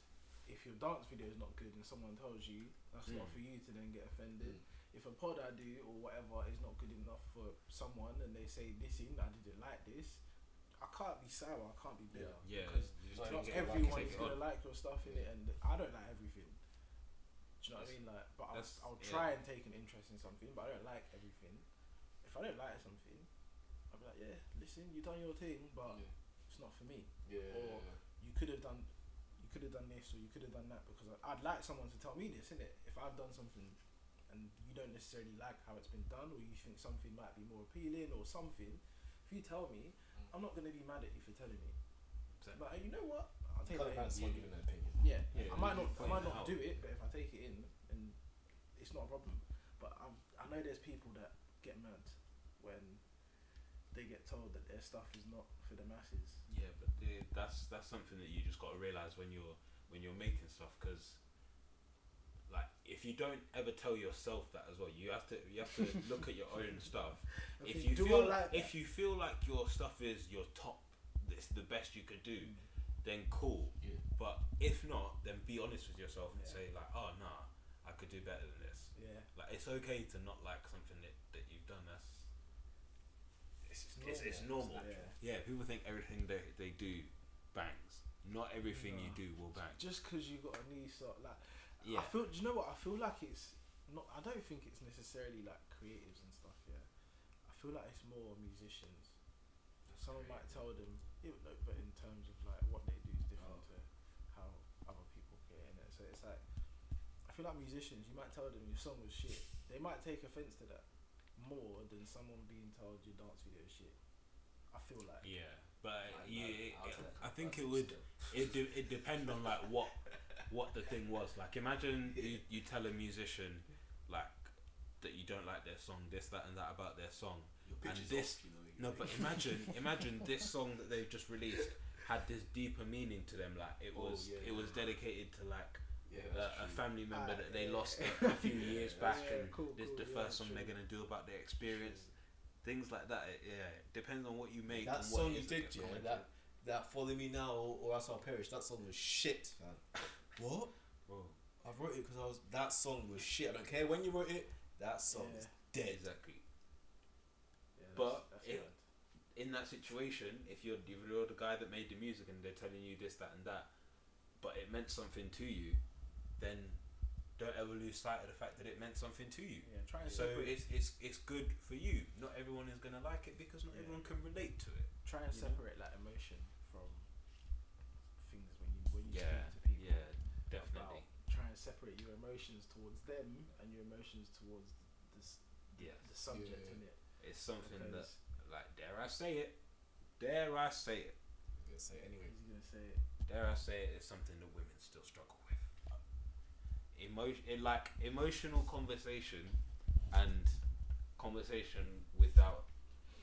If your dance video is not good and someone tells you, that's not Mm. Hmm. for you to then get offended. If a pod I do or whatever is not good enough for someone and they say, listen, I didn't like this, I can't be sour, I can't be bitter. yeah. Because you Like, not don't get to like it, everyone take is it gonna on. like your stuff in it, and I don't like everything. Do you know what I That's- mean? Like, but I'll, that's- I'll yeah. try and take an interest in something, but I don't like everything. If I don't like something, I'll be like, yeah, listen, you done your thing, but it's not for me. yeah, Or- You could have done, you could have done this, or you could have done that, because I, I'd like someone to tell me this, innit? If I've done something, and you don't necessarily like how it's been done, or you think something might be more appealing, or something, if you tell me, I'm not gonna be mad at you for telling me. Mm. Exactly. But uh, you know what? I'll take that. Colour in. man's not yeah. giving an opinion. Yeah, Yeah, I might not, you I point might it not out. do it, but if I take it in, and it's not a problem. But I'm, I know there's people that get mad when they get told that their stuff is not for the masses. Yeah, but the, that's that's something that you just got to realize when you're when you're making stuff because like if you don't ever tell yourself that as well, you have to you have to look at your own stuff. I If think, you do I feel like if you feel like your stuff is your top, it's the best you could Mm. do, then cool. Yeah. But if not, then be honest with yourself and Yeah. say like, oh nah, I could do better than this. that? yeah, Like it's okay to not like something that, that you've done. That's it's it's, it's normal. normal. It's yeah. Yeah, people think everything they they do bangs. Not everything No. you do will bang. Just because you got a knee sort like Yeah, I feel. Do you know what? I feel like it's not. I don't think it's necessarily like creatives and stuff. Yeah, I feel like it's more musicians. Someone great. might tell them, yeah, but, no, but in terms of like what they do is different to Oh. how other people get in it. So it's like, I feel like musicians. You might tell them your song was shit. They might take offense to that more than someone being told your dance video is shit. I feel like. yeah, but Like, yeah, no, it- I'll it- take that I think it comparison would still. it de- it depend on like what what the thing was. Like imagine you you tell a musician like that you don't like their song, this that and that about their song. Your and pitch is this- off, you know, you No, think. but imagine imagine this song that they've just released had this deeper meaning to them. Like it Oh, was yeah, it yeah. was dedicated to like yeah, a, a that's true. family member Ah, that they yeah. lost a, a few years Yeah, back, yeah, and cool, this is cool, the yeah, first song they're true. gonna do about their experience. things like that. It, yeah, it depends on what you make. that and what song it you is did, that's yeah, coming that that follow me now or else I'll perish. That song was shit, man. what? through. Whoa. I wrote it because I was that song was shit. I don't care when you wrote it. That song is dead. Exactly. Yeah, that's, But that's it- mad. In that situation, if you're if you're the guy that made the music and they're telling you this, that, and that, but it meant something to you, then don't ever lose sight of the fact that it meant something to you. yeah, try and So separate. it's it's it's good for you. Not everyone is gonna like it because not Yeah. everyone can relate to it. try and you know? separate like emotion from things when you when you Yeah, speak to people. yeah, definitely. About try and separate your emotions towards them and your emotions towards this Yeah, the subject Yeah. in it. it's something that like dare I say it, dare I say it, I'm gonna say it anyway. he's gonna say dare I say it is something that women still struggle with. Emotion, it, like emotional conversation, and conversation without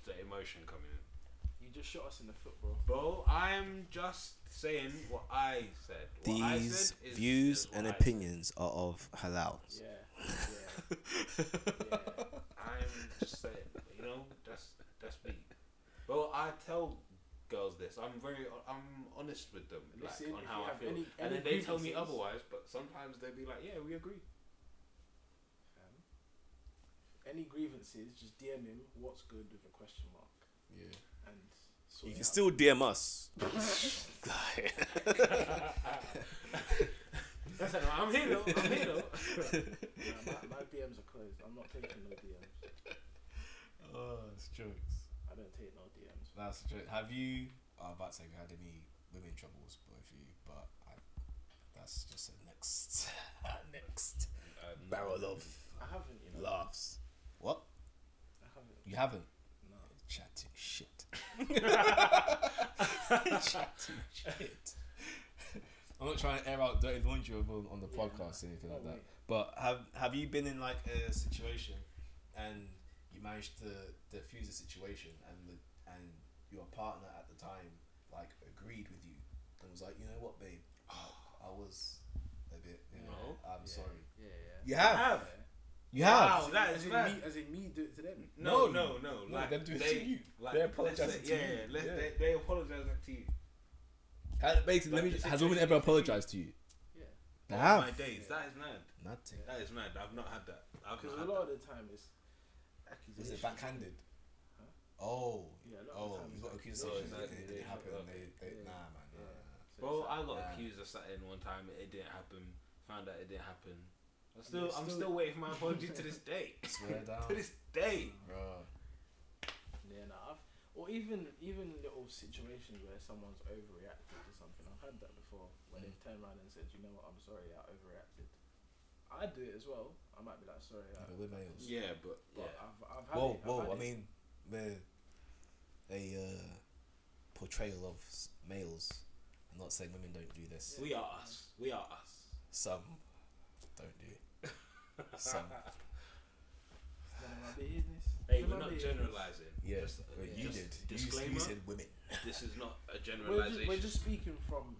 the emotion coming in. you just shot us in the foot, bro. Bro, I'm just saying what I said. What I These said is- views is what and I said. opinions are of halal. Yeah, yeah, yeah. I'm just saying, you know, that's that's me. Well, I tell girls this. I'm very, I'm honest with them, like Listen, on if how you I have feel, any- any and then they tell me grievances- otherwise. But sometimes they be like, "Yeah, we agree." Fam. Um, Any grievances, just DM him. What's good with a question mark Yeah. and. sort You it can out. still DM us. I said, I'm here though. I'm here though. Nah, my, my DMs are closed. I'm not taking no DMs. oh, it's jokes. I don't take no DMs. That's true. Have you? I was about to say, have you had any women troubles, both of you? But I, that's just a next, next Um, barrel of I haven't, you know. laughs. What? I haven't. You haven't? No. Chatting shit. Chatting shit. I'm not trying to air out dirty laundry on on the Yeah, podcast or anything no, like that. mate. But have have you been in like a situation and you managed to diffuse the situation and the, and your partner at the time like agreed with you and was like, you know what, babe, I was a bit. You know, No. I'm Yeah. sorry. Yeah, yeah. You have. You have. Wow, Oh, that as is in mad. me, as in me do it to them. No, no, No, no. no, like them doing it they, to you. Like, They're let's say- apologising to yeah, you. Yeah, let, Yeah. They, they apologizing to you. Has, basically, Like let me, the just- has a woman situation ever is you. apologized to you? Yeah. They Oh, have. My days. That is mad. Nothing. That is mad. I've not had that. I've Because not a had lot that. of the time it's Was accusations. it backhanded? Huh? Oh. Yeah, a lot Oh, of times you got it's accused Oh, of accusations, exactly. something and it yeah, didn't happen. and yeah. They, they, Yeah. Nah, man. Yeah. Nah, nah, So nah. Bro, it's I like- got Yeah. accused of something one time. It didn't happen. Found out it didn't happen. I'm And still, you're I'm still- still waiting for my apology to this day. Swear down. to this day. Bro. Yeah, no, I've, or even even little situations where someone's overreacted to something. I've had that before, where Mm. they've turned around and said, "You know what? I'm sorry, I overreacted." I do it as well. I might be like, "Sorry," I, But we're males. Yeah, but but I've, I've had Whoa, it. I've whoa. had I it. mean, we're a uh, portrayal of s- males. I'm not saying women don't do this. we are us. We are us. Some don't do. Some. It's none of my business. Hey, None we're of my not business. generalizing. Yeah. Just, well, yeah, you just did. You, s- Disclaimer: you said women. This is not a We're generalization. just, we're just speaking from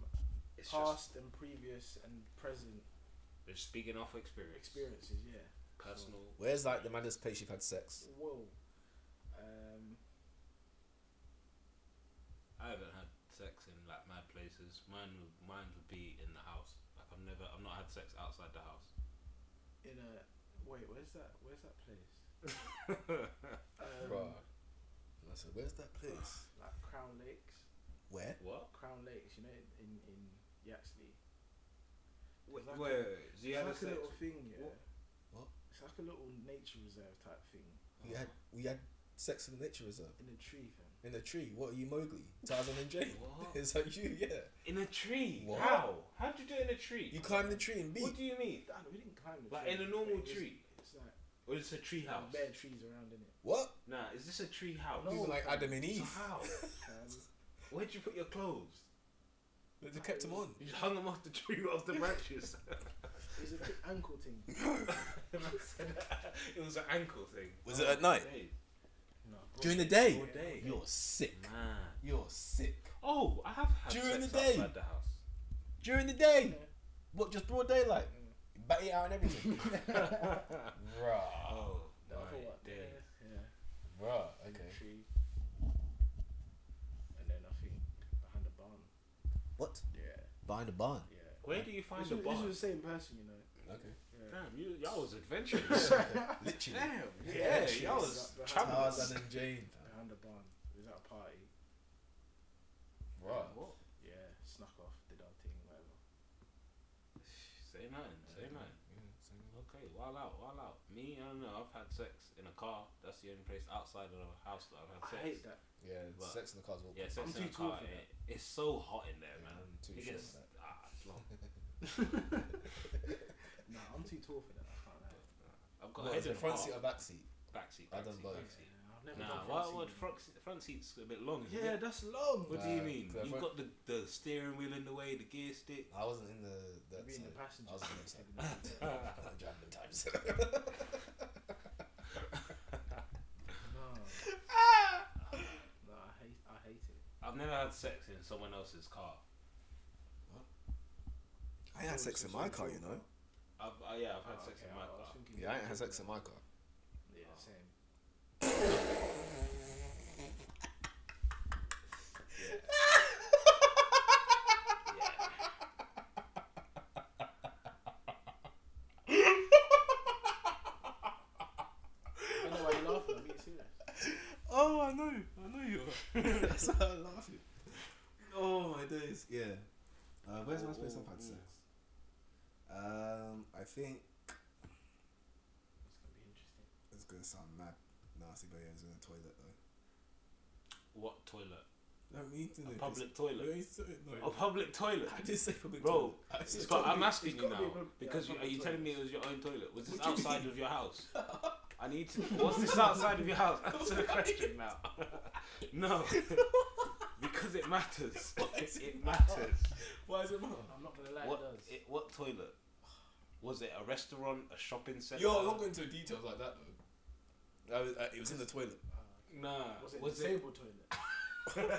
it's just, past and previous and present we're just speaking off experience. experiences. Yeah. Personal. Where's like the maddest place you've had sex? Whoa. Um, I haven't had sex in like mad places. Mine, would- mine would be in the house. Like I've never, I've not had sex outside the house. in a wait, where's that? Where's that place? Um, Bro. And I said, where's that place? Like Crown Lakes. Where? what? Crown Lakes, you know, in in, in Yaxley. Wait, It's like wait, a- wait, so you it's had like a sex? little thing, yeah. What? It's like a little nature reserve type thing We had we had sex in the nature reserve. in a tree thing. In a tree. What are you, Mowgli? Tarzan and Jane? What? Is that you? Yeah. In a tree? What? How? How'd you do it in a tree? You climbed the tree and beat. What do you mean? I don't know, we didn't climb the Like tree. in a normal but it was- tree? It's like Or it's a tree there house? are bare trees around in it. What? Nah, is this a tree house? We No. were like Adam and So Eve. how? Um, Where'd you put your clothes? They just kept him on. You just hung them off the tree, off the branches. it was a big ankle thing. And I said, it was an ankle thing. Was it at night? Hey, No. During the day. all day. You're sick. Man. You're sick. Oh, I have had During sex the day. outside the house. During the day. Yeah. What? Just broad daylight. Bat it out and everything. Bruh. Oh, No, my for what? days. Yeah, yeah. Bruh. Okay. Tree. And then I think behind the barn. What? Yeah, Behind a barn. yeah. Where do you find this, the was, bar? this was the same person, you know. Okay. Yeah. Damn, you, y'all was adventurous. Literally. Damn, Yeah, yeah, she's y'all was up behind travelers. Tarzan and Jane. fam. Behind the barn. It was at a party. Right. What? Yeah, snuck off, did our thing, whatever. Say nothing, say nothing. Yeah, same man. Okay, wild out, wild out. Me, I don't know. I've had sex in a car. That's the only place outside of the house that I've had I sex. hate that. Yeah, But- sex in the car's all Yeah, I'm sex too in a tall car. for that. It, it's so hot in there, Yeah, man. I'm too It sure gets of that. ah, it's long. Nah, I'm too tall for that. I can't lie. I've got What, a is head it and front front seat or back seat? back seat, I back done seat, both. back seat. Yeah, I've never Nah, done why front would seat. front seat, front seat's a bit long? isn't Yeah, it? that's long. What do you Nah, mean? the You've got front- the, the steering wheel in the way, the gear stick. I wasn't in the that Being side. the passenger. I was on the side. I haven't driven them times. no. no, I hate, I hate it. I've never had sex in someone else's car. I ain't had sex in my car, you know. I've uh, yeah, I've had Oh, sex okay, in my I was car. thinking- Yeah, I ain't had sex in my car. Yeah, same. Yeah. I know why you're laughing. I'm being serious. Oh, I know, I know you. That's why I'm laughing. Oh my days. Yeah. Uh, where's my space? Oh, I've had sex. Um, I think It's gonna be interesting. it's gonna sound mad nasty, but yeah, it's in the toilet though. What toilet? No, we need to A know this. public No, toilet. it's- A no. public toilet. I didn't say public Bro, toilet. I It's said got- public- I'm asking it's you gotta be now a pub- yeah, because you, are public you telling me toilet. it was your own toilet? Was this What do you outside of your house? I need to. Was this outside of your house? Answer the question now. no, because it matters. It matters. Why is it mine? I'm not gonna lie, What? it does. It, what toilet? Was it a restaurant? A shopping center? Yo, I'm not going into details like that though. I was, I, it was in the toilet. Uh, Nah. was it Was it? disabled toilet?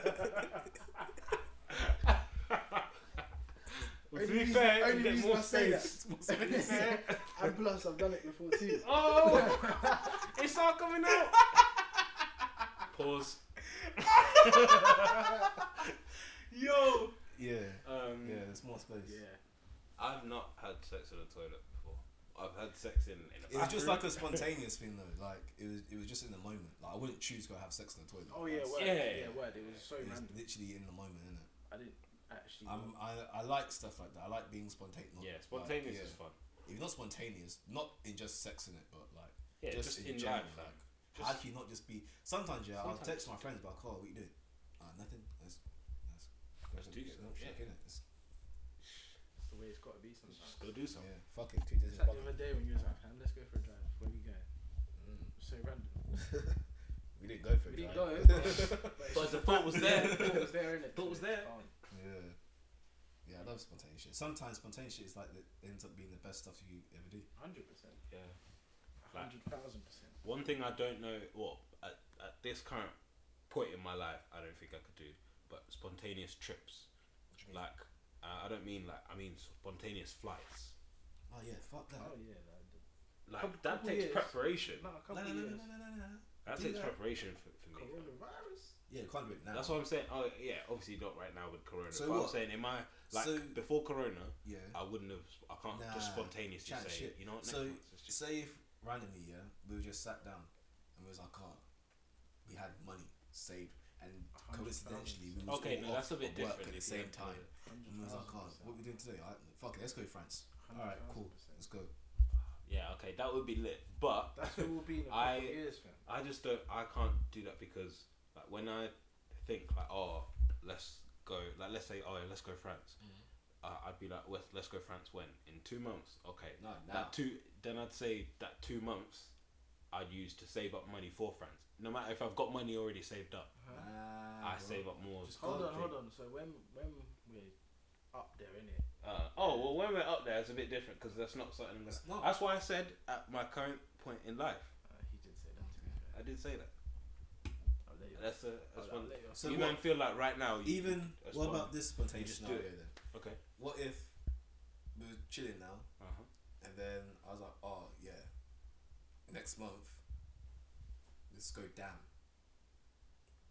To be fair, you get more space. that. and plus, I've done it before too. Oh, it's all coming out. Pause. Yo. Yeah. Um, Yeah, it's more space. Yeah. I've not had sex in a toilet before. I've had sex in in a It was just bathroom. like a spontaneous thing though. Like it was, it was just in the moment. Like I wouldn't choose to go have sex in the toilet. Oh yeah, Like, word. Yeah. Yeah, word. It was so It was random. literally in the moment, isn't it? I didn't actually. I'm, I, I like stuff like that. I like being spontaneous. yeah, spontaneous like, is fun. yeah. If not spontaneous, not in just sex in it, but like Yeah, just, just in, in general. life. Like, Just- how can you not just be? Sometimes yeah, Sometimes. I'll text my friends, but like, oh, what you doing? Uh, nothing. Let's, let's, Let's do some, some shit, yeah. innit? Let's- It's the way it's gotta be sometimes. Just go do something. Yeah, fuck it. Two days It's in like the the bucket. other day when you was like, "Fam, let's go for a drive. Where we going? Mm. It was so random. We didn't go for it. We didn't right? go. but it's But just the a thought fact. was there. The thought was there, innit? Thought was So there. it's fine. Yeah. Yeah, I love spontaneous shit. Sometimes spontaneous shit is like the, ends up being the best stuff you ever do. Hundred percent. Yeah. Like- Hundred thousand percent. One thing I don't know, well, at, at this current point in my life, I don't think I could do, but spontaneous trips. Like, uh, I don't mean like, I mean spontaneous flights. Oh yeah, fuck that. Oh yeah. Like, Like, Couple- that couple takes years. preparation. no, a couple no, no, of no, no, years. no, no, no, no. That do takes that. preparation for, for me. Coronavirus. Yeah, you can't do it now. That's what I'm saying. Oh, yeah, obviously not right now with Corona. So but I'm what? saying, in my, like, So- before Corona, yeah. I wouldn't have, I can't just Nah, spontaneously chat say, shit. you know what, next So- month, let's just Say if randomly, yeah, we were just sat down and we was like, oh, we had money saved and A hundred coincidentally thousand. we was Okay, all no, that's off a bit of work different. if at the same you have time. to- Hundred And we was like, thousand oh, what percent. we doing today? Alright, fuck it, let's go to France. Hundred Alright, thousand cool. percent. Let's go. Yeah, okay, that would be lit. But That's where we'll be in a couple I- of years, fam. I just don't. I can't do that because like when I think like oh let's go like let's say oh let's go France. Mm. I I'd be like let's let's go France when in two months. Okay, No, now. that two then I'd say that two months I'd use to save up money for France. No matter if I've got money already saved up, Huh? Nah, I bro. save up more. Just Hold can't on, think. hold on. So when when we're up there, innit? Uh, oh well, when we're up there, it's a bit different because that's not something. I'm gonna, It's not. That's why I said at my current point in life, Uh, he did say that to be fair. I did say that. I'll let you. That's a that's I'll, I'll one. let you. So you what- don't feel like right now. You, Even that's what fine. about this spontaneous just do scenario it. then? okay. What if we were chilling now Uh-huh. and then I was like, oh yeah, next month, let's go down.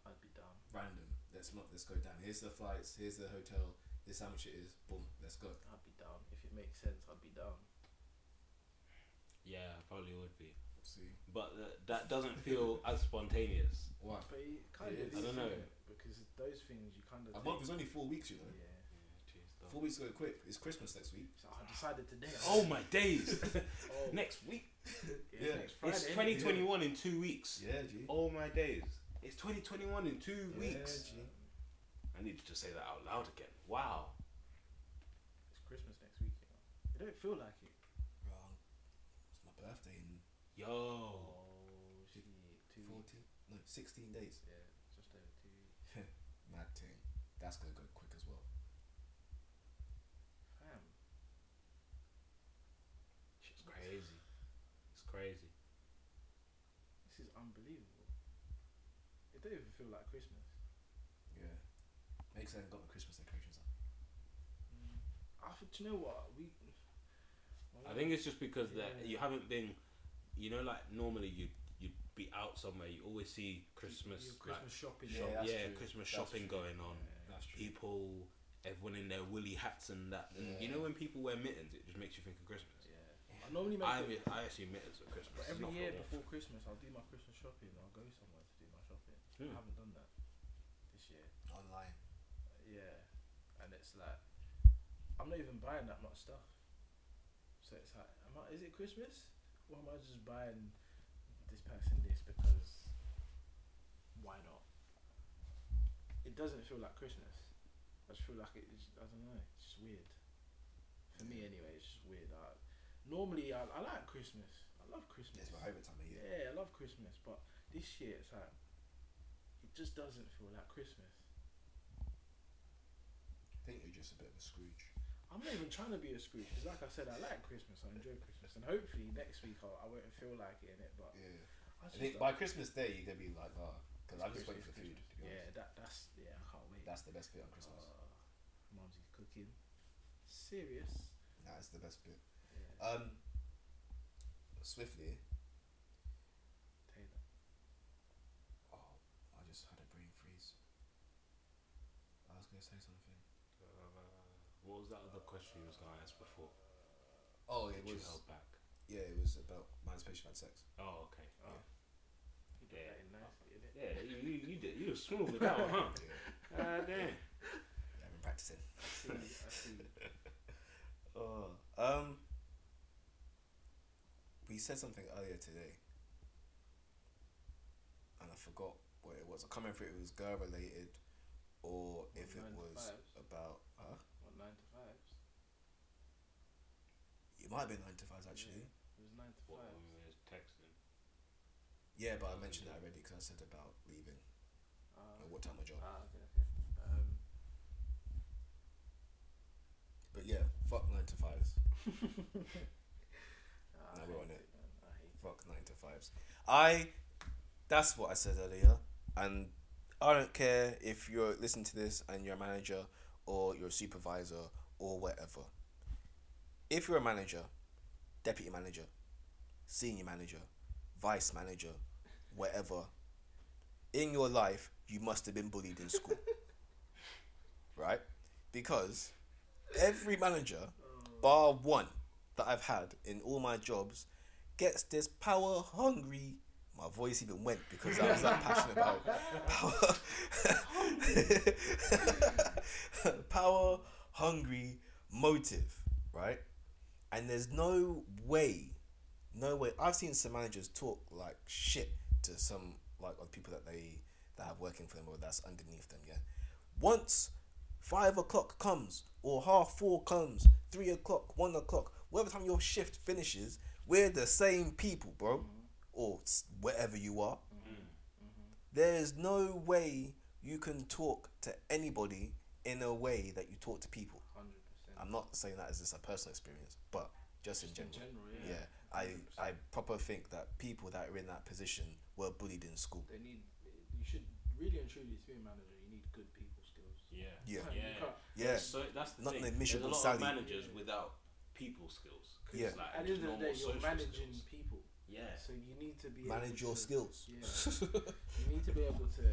I'd be down. Random. Let's not. Let's go down. Here's the flights. Here's the hotel. This how much it is. Boom. Let's go. I'd be down. If it makes sense, I'd be down. Yeah, I probably would be. See But uh, that doesn't feel as spontaneous. why? But it kind It of is, is. I don't know. isn't it? because those things you kind of. A month is only four weeks, you know. Yeah. Four weeks go quick. It's Christmas next week. So I decided today. Oh my days! oh, Next week. yeah, yeah. Next Friday. It's innit? 2021 in two weeks. Yeah, G. Oh my days. It's 2021 in two Yeah, weeks. G. I need to just say that out loud again. Wow. It's Christmas next week. You know. It don't feel like it. Wrong. It's my birthday in Yo. Oh shit! Two weeks. fourteen. No, sixteen days. Yeah, just over two weeks. Mad thing. That's gonna go quick as well. Fam, It's crazy. It's crazy. this is unbelievable. It don't even feel like Christmas. Yeah. Makes sense. Got my Christmas decorations up. Mm. I think do you know what we. I think it's just because that Yeah. you haven't been, you know, like normally you you'd be out somewhere. You always see Christmas, Your like, Christmas shopping. Yeah, shop, that's yeah, true. Christmas That's shopping true. going on. Yeah. That's true. People, everyone in their woolly hats and that. And you Yeah. know when people wear mittens, it just makes you think of Christmas. Yeah. I normally make I it, I assume mittens are Christmas. but every not for year all. before Christmas, I'll do my Christmas shopping. I'll go somewhere to do my shopping. Hmm. I haven't done that this year. Online. Yeah, and it's like I'm not even buying that much stuff. So it's like, am I, is it Christmas? Or am I just buying this person this because why not? It doesn't feel like Christmas. I just feel like it's I don't know. It's just weird. For me, anyway, it's just weird. I, normally, I, I like Christmas. I love Christmas. It's my favourite time of year. Yeah, I love Christmas, but this year it's like it just doesn't feel like Christmas. I think you're just a bit of a Scrooge. I'm not even trying to be a Scrooge because, like I said, I like Christmas. I enjoy Christmas, and hopefully next week I'll, I won't feel like it in it. But Yeah. I I just think by Christmas Day you're gonna be like, oh, because I'm just waiting for Christmas, food. To be yeah, honest. that that's yeah, I can't wait. That's the best bit on Christmas. Uh, Mumsy's cooking. Serious. That is the best bit. Yeah. Um. Swiftly. Taylor. Oh, I just had a brain freeze. I was gonna say something. What was that other question you was gonna ask before? Oh, it Which you was. held back. Yeah, it was about masturbation and sex. Oh, okay. Oh, you did that Yeah. in nicely, innit? Yeah, you, you, you did. You were smooth with that one, huh? Yeah, Ah, damn. I've been practicing. I see. I see. Oh. Um. We said something earlier today, and I forgot what it was. I can't remember if it was girl related, or if it Nine to was fives. about. uh, Huh? What nine to fives? It might have been nine to fives actually. It was nine to What fives. when we were texting? Yeah, but I mentioned that already because I said about leaving Uh, and what time my job. ah, okay, okay. Um, But yeah, fuck nine to fives. nah, No, I hate we're on it. man. I hate it. Fuck nine to fives. I. That's what I said earlier, and I don't care if you're listening to this and you're a manager or you're a supervisor or whatever. If you're a manager, deputy manager, senior manager, vice manager, whatever, in your life you must have been bullied in school, right? Because every manager, bar one, that I've had in all my jobs, gets this power hungry. My voice even went because I was that passionate about power. power hungry motive, right? And there's no way, no way. I've seen some managers talk like shit to some like of people that they that have working for them or that's underneath them. Yeah. Once five o'clock comes or half four comes, three o'clock, one o'clock, whatever time your shift finishes, we're the same people, bro, or s- wherever you are. Mm. Mm, There is no way you can talk to anybody in a way that you talk to people. Hundred percent. I'm not saying that as just a personal experience, but just, in general. general, yeah. yeah. I I proper think that people that are in that position were bullied in school. They need. You should really and truly to be a manager. You need good people skills. Yeah. Yeah. Like, you can't- Yeah, So that's the Not thing. an admissible There's a lot Sally. of managers without people skills. 'cause, Yeah. Like, At the just end of the normal day, you're social managing skills. people. Yeah. So you need to be. able manage your to- skills. Yeah. you need to be able to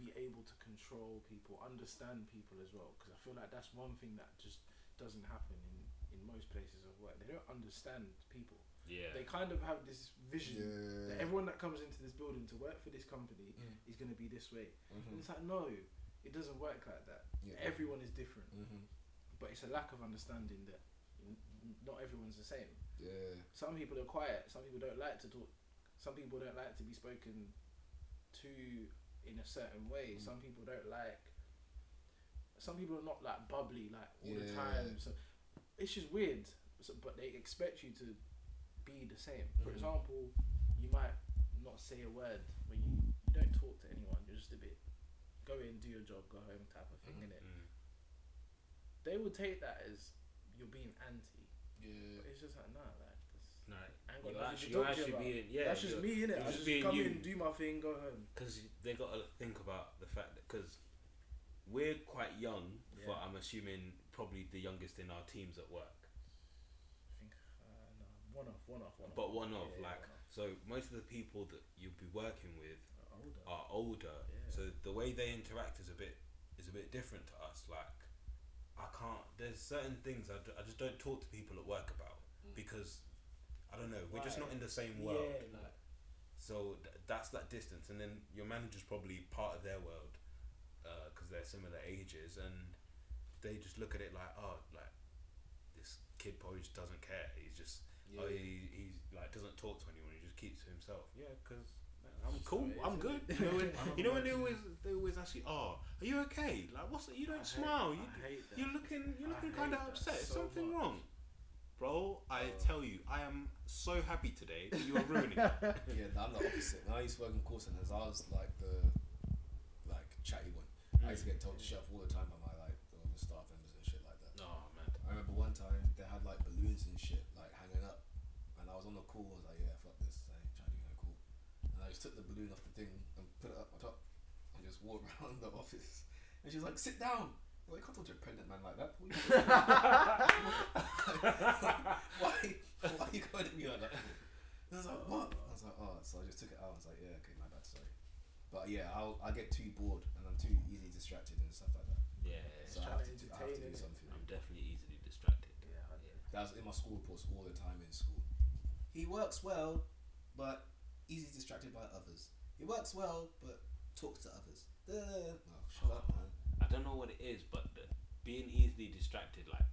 be able to control people, understand people as well. Because I feel like that's one thing that just doesn't happen in, in most places of work. They don't understand people. Yeah. They kind of have this vision that Yeah. everyone that comes into this building to work for this company Mm. is going to be this way. And Mhm. it's like, no, it doesn't work like that. Yeah. Everyone is different. Mhm. But it's a lack of understanding that n- n- not everyone's the same. Yeah. Some people are quiet. Some people don't like to talk. Some people don't like to be spoken to in a certain way. Mm. Some people don't like. Some people are not like bubbly like all the Yeah. time. So it's just weird. So, but they expect you to be the same. For Mm. Mhm. example, you might not say a word when you, you don't talk to anyone. You're just a bit go in, do your job, go home type of thing. Mhm. innit? Mm. They will take that as you're being anti. Yeah. But it's just like nah, like. That's, No, I ain't got you nothing actually, to you talk to you actually about. being yeah. That's just me, innit? you're I just just, being come you. in, do my thing, go home. because they got to think about the fact that because we're quite young, Yeah. but I'm assuming probably the youngest in our teams at work. I think, uh, no, one off, one off, one off. But one of Yeah, like one off. so most of the people that you'll be working with Uh, older. are older, Yeah. so the way they interact is a bit is a bit different to us. Like I can't. There's certain things I, d- I just don't talk to people at work about Mm. because I don't know. We're just Why? not in the same world. yeah, like, So th- that's that distance, and then your manager's probably part of their world because they're similar ages, and they just look at it like, oh, like this kid probably just doesn't care. He's just Yeah. oh, he, he's like doesn't talk to anyone. He just keeps to himself. Yeah, because. I'm just cool. the way it I'm is, isn't good. it? You know when, I'm you know when good. they always they always ask you, "Oh, are you okay? Like, what's you I don't hate- smile. I You, hate that. you're looking you're I looking hate kind of that upset. Is so Something much. wrong, bro. I Oh. tell you, I am so happy today. that You are ruining it. Yeah, no, I'm the opposite. When I used to work in call centers, I was like the like chatty one. I used to get told to shut up all the time by my like all the staff members and shit like that. Oh man. I remember one time they had like balloons and shit like hanging up, and I was on the call. I was like, yeah, fuck this. I ain't trying to do no call. And I just took the balloon off the thing and put it up my top, and just walked around the office. And she was like, sit down. I was like, you can't talk to a pregnant man like that. Paul. why, why are you going to me like that? And I was like, what? I was like, oh, so I just took it out. I was like, yeah, okay, my bad, sorry. But yeah, I'll, I get too bored and I'm too easily distracted and stuff like that. Yeah, It's So I trying have to to, do, I have to entertain, do innit? something. I'm definitely easily distracted. Yeah, I do. That was in my school reports all the time in school. He works well, but easily distracted by others. He works well, but talks to others. Da- da- da- da. Oh, shut up, man. I don't know what it is, but the, being easily distracted like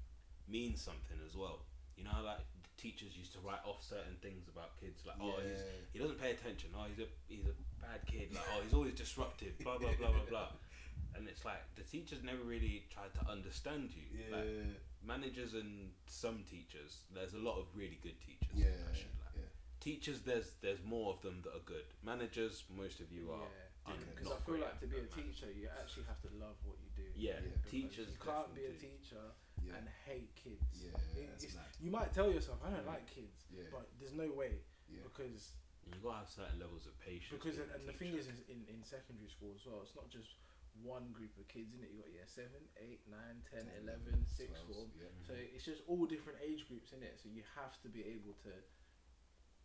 means something as well. You know, how, like the teachers used to write off certain things about kids, like oh, he's, Yeah. he doesn't pay attention. Oh, he's a he's a bad kid. Like oh, he's always disruptive. Blah blah blah blah blah. And it's like the teachers never really tried to understand you. Yeah. Like, managers and some teachers. There's a lot of really good teachers. yeah. Actually, like, Yeah. teachers, there's there's more of them that are good. Managers, most of you are. Yeah, I'm because I not feel great like to at be a that, man. teacher, you actually have to love what you do. Yeah, Yeah. Because teachers. You can't be a definitely. teacher Yeah. and hate kids. Yeah, It- that's it's- mad. You might tell yourself, I don't Yeah. like kids, Yeah. but there's no way Yeah. because And you gotta have certain levels of patience. Because being and, a and the thing teacher. is, is in, in secondary school as well, it's not just one group of kids in it. You got yeah seven, eight, nine, ten, Ten, eleven, six 12, form. Yeah. So it's just all different age groups in it. So you have to be able to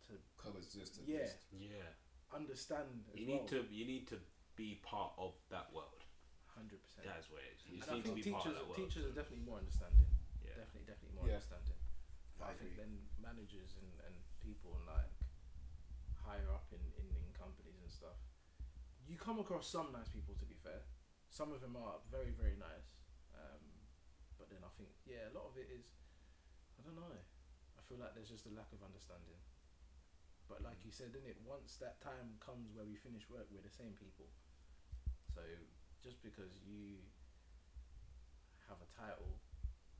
to Coexist at Yeah. least. yeah, understand. As you need to you need to be part of that world. hundred percent. That is what it is. You And just I need to be think part of teachers that world. teachers are definitely more understanding. yeah. Definitely, definitely more Yeah. understanding. But I I, think agree. then managers and, and people like higher up in, in, in companies and stuff, you come across some nice people to be fair. Some of them are very, very nice. Um, but then I think, yeah, a lot of it is, I don't know. I feel like there's just a lack of understanding. But like you said, innit, once that time comes where we finish work, we're the same people. So just because you have a title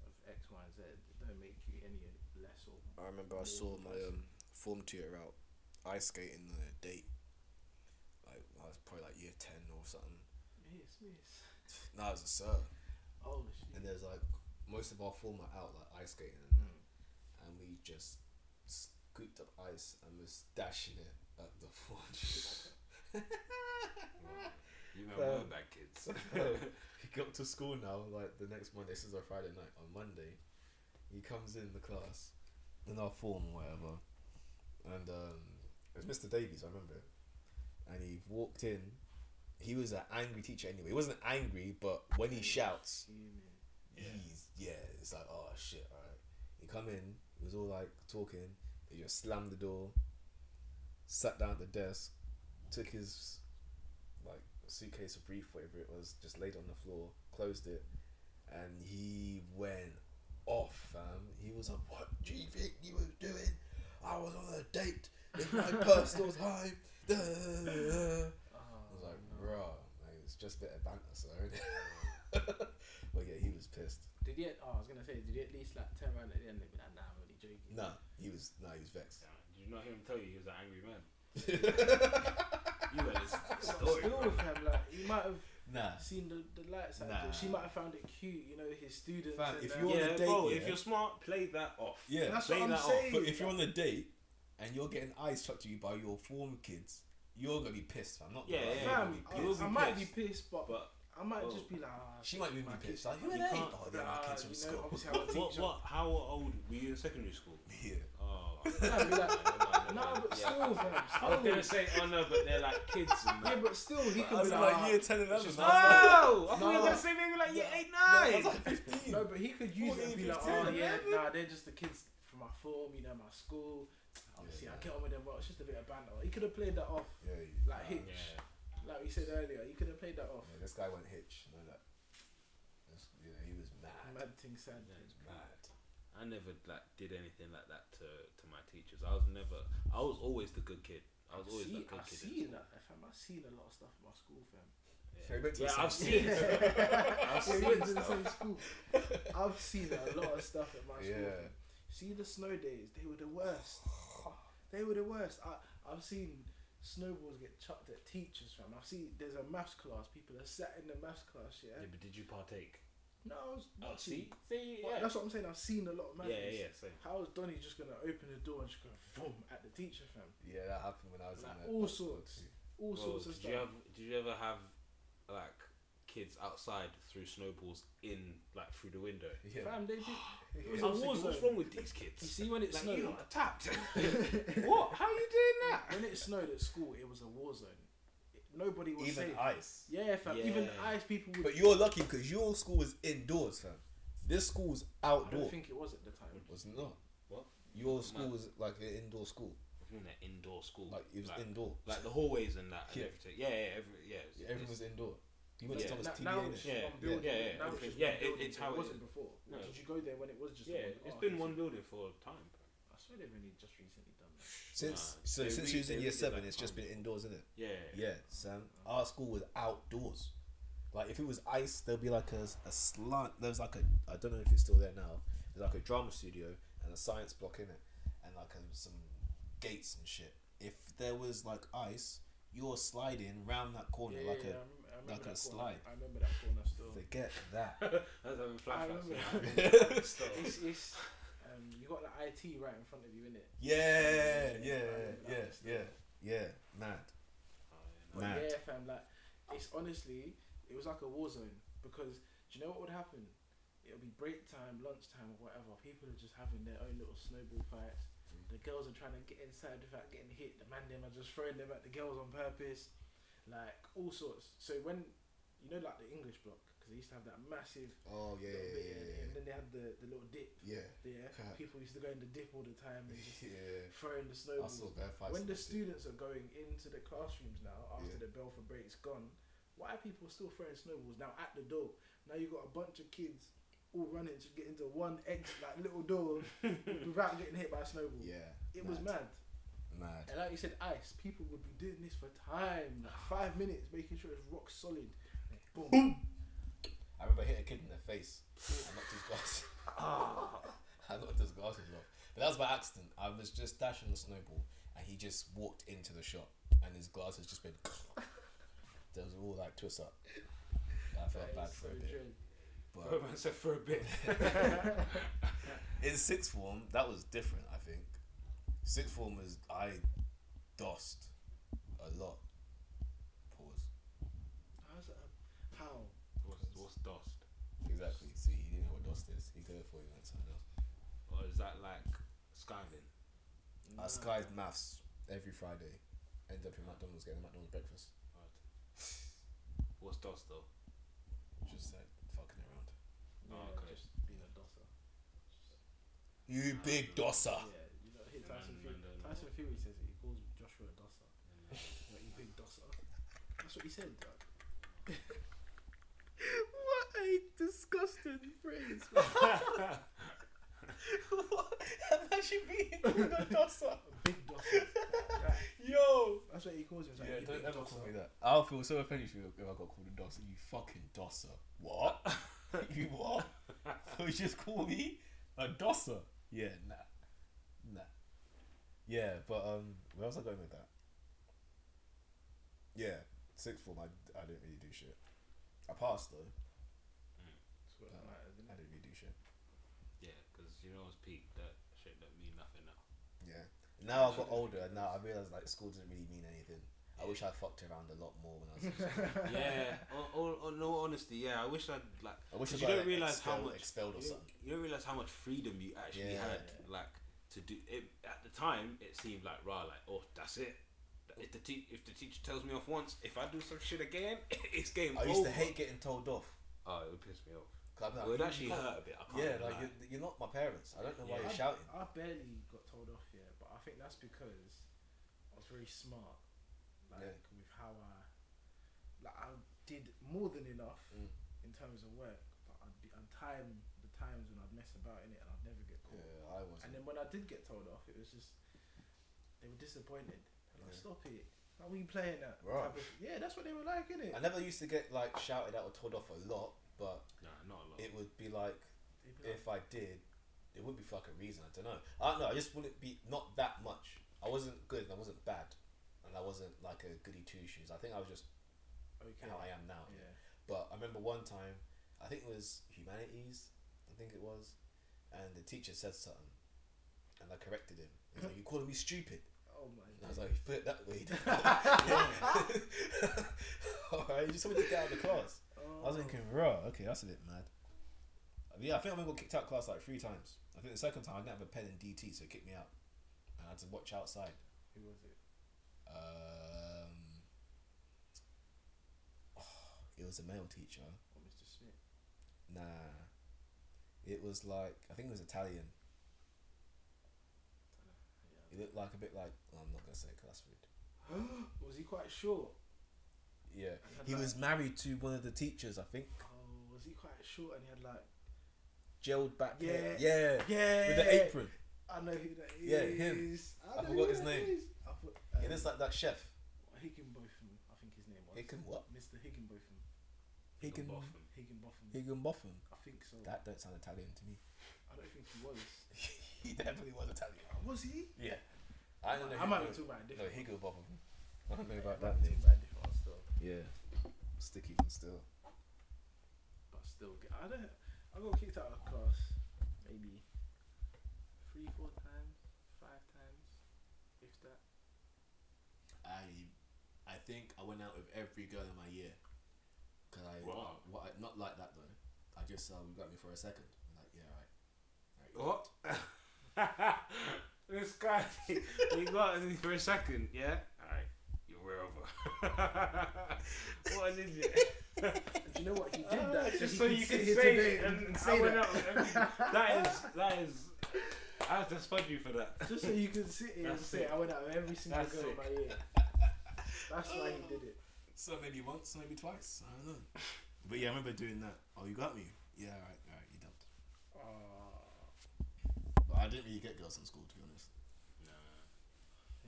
of X, Y, and Z, it don't make you any less or I remember I saw my um, form tutor out ice skating on a date. Like I was probably like year ten or something. Miss, miss. No, I was a sir, Oh shit. and there's like most of our form are out like ice skating, and, Mm. that, and we just scooped up ice and was dashing it at the form tutor. You Uh, So- remember back kids. So he got to school now, like the next Monday, this is our Friday night, on Monday, he comes in the class, in our form or whatever, and um, it was Mr. Davies, I remember it, and he walked in, he was an angry teacher anyway. He wasn't angry, but when he shouts, Fuming. Yeah. he's yeah, it's like oh shit, alright. He come in, he was all like talking. He just slammed the door, sat down at the desk, took his like suitcase or brief, whatever it was, just laid it on the floor, closed it, and he went off. Fam, he was like, "What do you think you was doing? I was on a date in my personal time." Da, da, da, da." I Ah. was like, bruh, like, it's just a bit of banter, so. but yeah, he was pissed. Did he? At, oh, I was gonna say, did he at least like turn around at the end and be like, "Nah, I'm only joking." Nah, he was nah, he was vexed. Did you not hear him tell you he was an angry man? You were his Still, story. with him, like he might have nah. seen the, the light side. Nah. Nah. She might have found it cute, you know, his students. Fam, and if that. you're on a Yeah, date, bro, yeah. if you're smart, play that off. Yeah. that's play what I'm that off. saying. but if you're on a date and you're getting eyes chucked to you by your former kids, you're gonna be pissed. I'm not. gonna Yeah, yeah. lie, you're gonna Fam, be I, pissed. I You'll be might pissed. be pissed, but, But I might oh. just be like, ah, She might even my kids- be pissed. Like, who are you they? can't- Oh, they're my Ah, kids from you know, school. obviously, I'm a what, what, teacher. what, how old were you in secondary school? Yeah. Oh. Nah, be like, no, nah, but yeah. still, fam, I was still. gonna say, oh no, but they're like kids and Yeah, that. but still, he I could be was in, like, like ah, year ten, eleven. just- I was Oh, I thought you No. were gonna say maybe like year eight, like- I nine. was like fifteen. No, but he could use it and be like, oh 14, yeah, 11. nah, they're just the kids from my form, you know, my school. Obviously, I yeah. get on with them, but it's just a bit of banter. He could have played that off, Yeah, yeah. like Hitch, Yeah. like we said earlier. He could have played that off. Yeah, this guy went hitch. You know that. This- You know, he was mad. Mad thing, sad. Yeah, it's Mad. I never like did anything like that to to my teachers. I was never. I was always the good kid. I was always see, that good I've kid. in seen school. that, fam. I've seen a lot of stuff in my school, fam. So he went to Yeah, the I've same- seen. I've Yeah, we seen went to the stuff. same school. I've seen a lot of stuff at my school. Yeah. fam. See the snow days, they were the worst. They were the worst. I I've seen snowballs get chucked at teachers, fam. I've seen there's a maths class. People are sat in the maths class, yeah. Yeah, but did you partake? No, I was Oh, watching. see, see, Well, yeah, That's what I'm saying. I've seen a lot of yeah, man. yeah, yeah, same. How is Donny just gonna open the door and just go boom at the teacher, fam? Yeah, that happened when I was Like, in uh, the- all sorts. All Well, sorts of did stuff. you have? Did you ever have like kids outside through snowballs in like through the window? Yeah. Fam, they did. It was I a was war thinking, what's zone. wrong with these You kids? see, when it Like snowed, you lot are tapped. what? How you doing that? when it snowed at school, it was a war zone. It- Nobody was Even safe. ice. yeah, fam. Even Yeah. ice people would. But you're lucky because your school was indoors, fam. This school was I don't outdoor. think it was at the time. Was not. What? Your school Man. was like an indoor school. I mean, that indoor school. Like it was indoor. like the hallways and that and Yeah. everything. Yeah, yeah, every, yeah. it's- Yeah, everything it's- was indoor. You went Yeah. to Thomas Na- TBA. now innit? it's Yeah, just yeah, one building. yeah, yeah, Now it's- it's just yeah, one it- building. it's how it it wasn't is. before. No. Did you go there when it was just? yeah, one, it's oh, been okay, one so- building for a time. bro. I swear they've only just recently done that. Since Nah, so they since re- um, you was they in year redid seven, that it's just time. been indoors, isn't it? Yeah, Yeah, Sam. Our school was outdoors. Like if it was ice, there'd be like a, a slant. There was like a I don't know if it's still there now. There's like a drama studio and a science block in it, and like a, some gates and shit. If there was like ice, you're sliding round that corner Yeah, like yeah, I a rem- I remember like that a corner. slide. I remember that corner still. forget that. I was having I flashbacks. remember. now. Still. It's, it's um, you got the IT right in front of you, innit? Yeah, yeah, I remember yeah, that still. yeah, yeah. Mad. Oh, yeah, But Mad. yeah, fam, like it's honestly, it was like a war zone because do you know what would happen? It'll be break time, lunchtime, or whatever. People are just having their own little snowball fights. Mm. The girls are trying to get inside without getting hit. The man them are just throwing them at the girls on purpose, like all sorts. So when you know, like the English block, because they used to have that massive Oh yeah, little bit, and then they had the, the little dip. yeah, Yeah, Crap. people used to go in the dip all the time and just yeah. throwing the snowballs bear fights. when the and shit. students are going into the classrooms now after the Yeah. bell for break's gone, why are people still throwing snowballs now at the door? Now you got a bunch of kids all running to get into one exit, like little door, without getting hit by a snowball. Yeah, It was mad. Mad. And like you said, ice. People would be doing this for time, like five minutes, making sure it's rock solid. Boom. I remember I hit a kid in the face. I knocked his glasses. Ah, I knocked his glasses off. But that was by accident. I was just dashing the snowball, and he just walked into the shop, and his glass has just been. there was all like twist up. I felt That bad is for so a bit. dread. Bro, But man said for a bit. in sixth form, that was different. I think sixth form was I dosed a lot. Pause. I was like, how? What's, what's dust? Exactly. See, he didn't know what dost is. He could have thought he went something else. Or is that like skiving? I skied maths every Friday. Ended up in McDonald's getting a McDonald's breakfast. DOS though? Just said fucking around. Yeah, Oh, okay. Just being a dosser. You big dosser. Yeah, you know, hear No, Tyson no, Fury. no, no. Tyson Fury says it. He calls Joshua a dosser. Like, you big dosser. That's what he said, dog. What a disgusting phrase. what? That should be the dosser. Big dosser. Yo. That's what he calls him. He's like, Yeah, you don't big ever dosser. call me that. I'll feel so offended if you- if I got called a dosser. You fucking dosser. What? you what? so you just call me a dosser? Yeah, nah, nah. Yeah, but um, where was I going with that? Yeah, sixth form. I, I didn't really do shit. I passed though. That's what that matters, I innit? didn't really do shit. Yeah, because you know what's peak? That shit don't mean nothing now. Yeah. Now I got older, and now I realize like school didn't really mean anything. I wish I fucked around a lot more when I was. in school. yeah, all, all, all, no honesty, yeah. I wish I'd like. I wish I But got you don't like, realise how expelled, much- expelled or You something. don't, you don't realize how much freedom you actually Yeah. had, like to do. It, at the time, it seemed like right, like oh, that's it. If the te- if the teacher tells me off once, if I do some shit again, it's game I over. used to hate getting told off. Oh, it would piss me off. 'Cause I'd be like, it would "You actually can't- hurt a bit. I can't Yeah, like lie. you're, you're not my parents. I don't know why Yeah. you're I- shouting. I barely got told off yeah, but I think that's because I was very smart. Like Yeah. with how I, like I did more than enough Mm. in terms of work, but I'd be on time the times when I'd mess about in it and I'd never get caught. Yeah, I was. And then when I did get told off, it was just they were disappointed. They're Like, Yeah. stop it. How are you playing that? Right. Type of- Yeah, that's what they were like, innit? I never used to get like shouted at or told off a lot, but nah, not a lot. it would be like They'd be like, if I did, it would be for like a reason. I don't know. I don't know. I just wouldn't be not that much. I wasn't good. and I wasn't bad, and I wasn't like a goody two shoes. I think I was just okay. how I am now. Yeah. But I remember one time, I think it was humanities, I think it was, and the teacher said something, and I corrected him. He's like, "You calling me stupid?" Oh my And I was like, "You put it that way." then." All right, you just told me to get out of the class. I was Oh. thinking, "Raw, okay, that's a bit mad." Uh, Yeah, I think I remember got kicked out of class like three times. I think the second time I didn't have a pen in DT, so it kicked me out, and I had to watch outside. Who was it? Um, it was a male teacher. Oh, Mr. Smith. Nah. It was like I think it was Italian. It looked like a bit like well, I'm not gonna say 'cause that's rude. was he quite short? Yeah, And had he like- was married to one of the teachers, I think. Oh, was he quite short and he had like Gelled back hair. Yeah, yeah with the apron. I know who that is. Yeah, him. I, I know forgot who his that name. is. I thought, um, He looks like that chef. Higginbotham. I think his name was Higgin what? Mr. Higginbotham. Higgin Botham. Higginbotham. Higginbotham. I think so. That don't sound Italian to me. I don't think he was. he definitely was Italian. Was he? Yeah, I don't know. I who- might be talking about a no different. one. Higginbotham. I don't know I about might that be name. talking about a different one still. Yeah, sticky and still. But still, get- I don't. I got kicked out of class maybe three, four times, five times, if that. I I think I went out with every girl in my year. Cause I, Wow. what I- not like that though. I just uh, you got me for a second. I'm like yeah, right. Right, What? you're this guy, we got him for a second, yeah? Alright, you're way over. what an idiot. Ah, Do you know what? He did that Ah, so just he so could you sit can here say today it and, and I say went that. out with every- that is, that is, I have to spud you for that. Just so you can sit here and That's say sick. I went out with every single That's girl sick. in my year. That's why he did it. So maybe once, maybe twice. I don't know. But yeah, I remember doing that. Oh, you got me. Yeah, all right, all right, you dumped. Oh, But I didn't really get girls in school to be honest. Nah,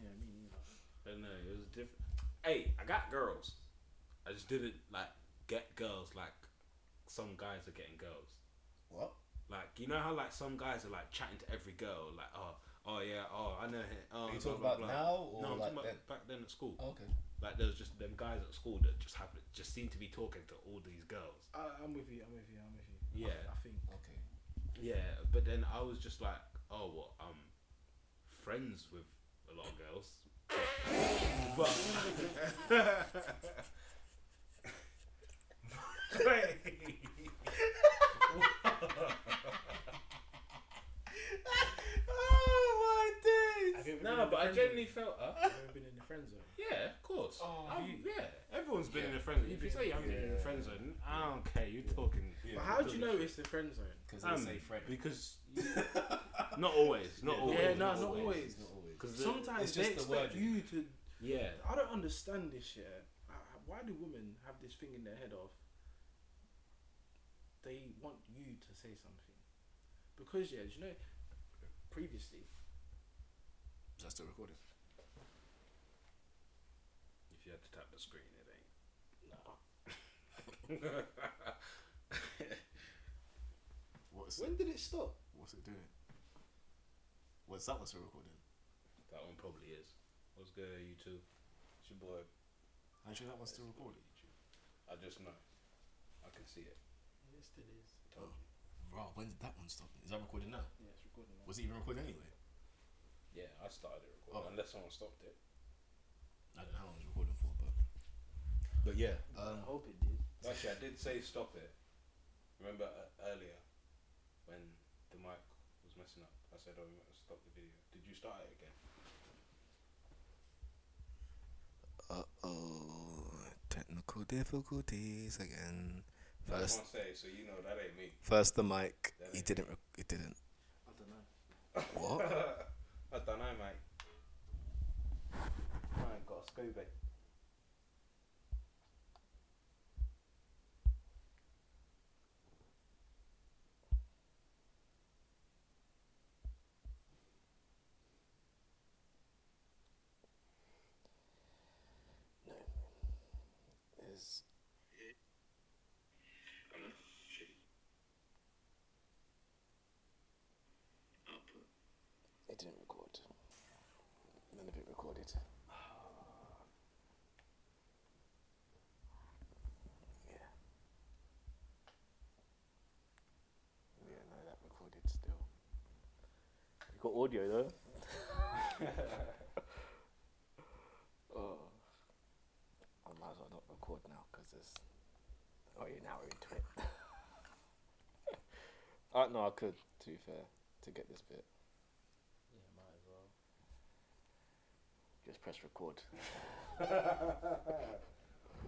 yeah, me neither. but no, it was different. Hey, I got girls. I just didn't, like, get girls like some guys are getting girls. What? Like you know how like some guys are like chatting to every girl like oh oh yeah oh I know him. Oh, Are you blah, talking blah, about blah. now or no, I'm like talking about then? back then at school. Oh, okay. Like there was just them guys at school that just happen just seem to be talking to all these girls. I, I'm with you. I'm with you. I'm with you. I, Yeah. I think. Okay. Yeah, but then I was just like oh what I'm friends with a lot of girls. but oh my Have you ever been no, in but the I friend genuinely zone? felt uh, Have you ever been in the friend zone? yeah, of course. Oh, I'm- you- yeah, everyone everyone's been Yeah. in a friend zone. You've If you been- say you haven't been in a yeah. friend zone, I don't care. You're talking. But how do Talking you know shit. it's the friend zone? Because Um, they say friend. Because not always, not Yeah, always. yeah, no, not not always. always. Not always. Because Sometimes it's they just the expect wording. you to. yeah, I don't understand this shit. I- I- Why do women have this thing in their head of they want you to say something? Because yeah, do you know, previously Is that still recording? If you had to tap the screen, it ain't. What's When did it stop? what's it doing? Was that one still recording? That one probably is. What's good, you two? It's your boy. Are you sure that one's still recording? I just know. I can see it. Yes, it is. Told you. Bro, when did that one stop? Is that recording now? Yeah, it's recording now. Was it even recording anyway? Yeah, I started it Oh. recording. Unless someone stopped it. I don't know how long it's recording for, but but yeah, um, I hope it did. Actually, I did say stop it. Remember uh, earlier when the mic was messing up? I said, "Oh, we might stop the video." Did you start it again? Uh oh, technical difficulties again. That's First, what I say, so you know that ain't me. first the mic. That He ain't didn't. Rec- it didn't. I don't know. What? I don't know, mate. I ain't got a Scooby. Is Hello? Shit. Output. it didn't record? None of it recorded. Yeah. Yeah, no, that recorded still. You got audio though. Oh. I might as well not record now because there's. Oh, yeah, now we're into it. Uh, no, I could. To be fair, to get this bit, Yeah, might as well. just press record.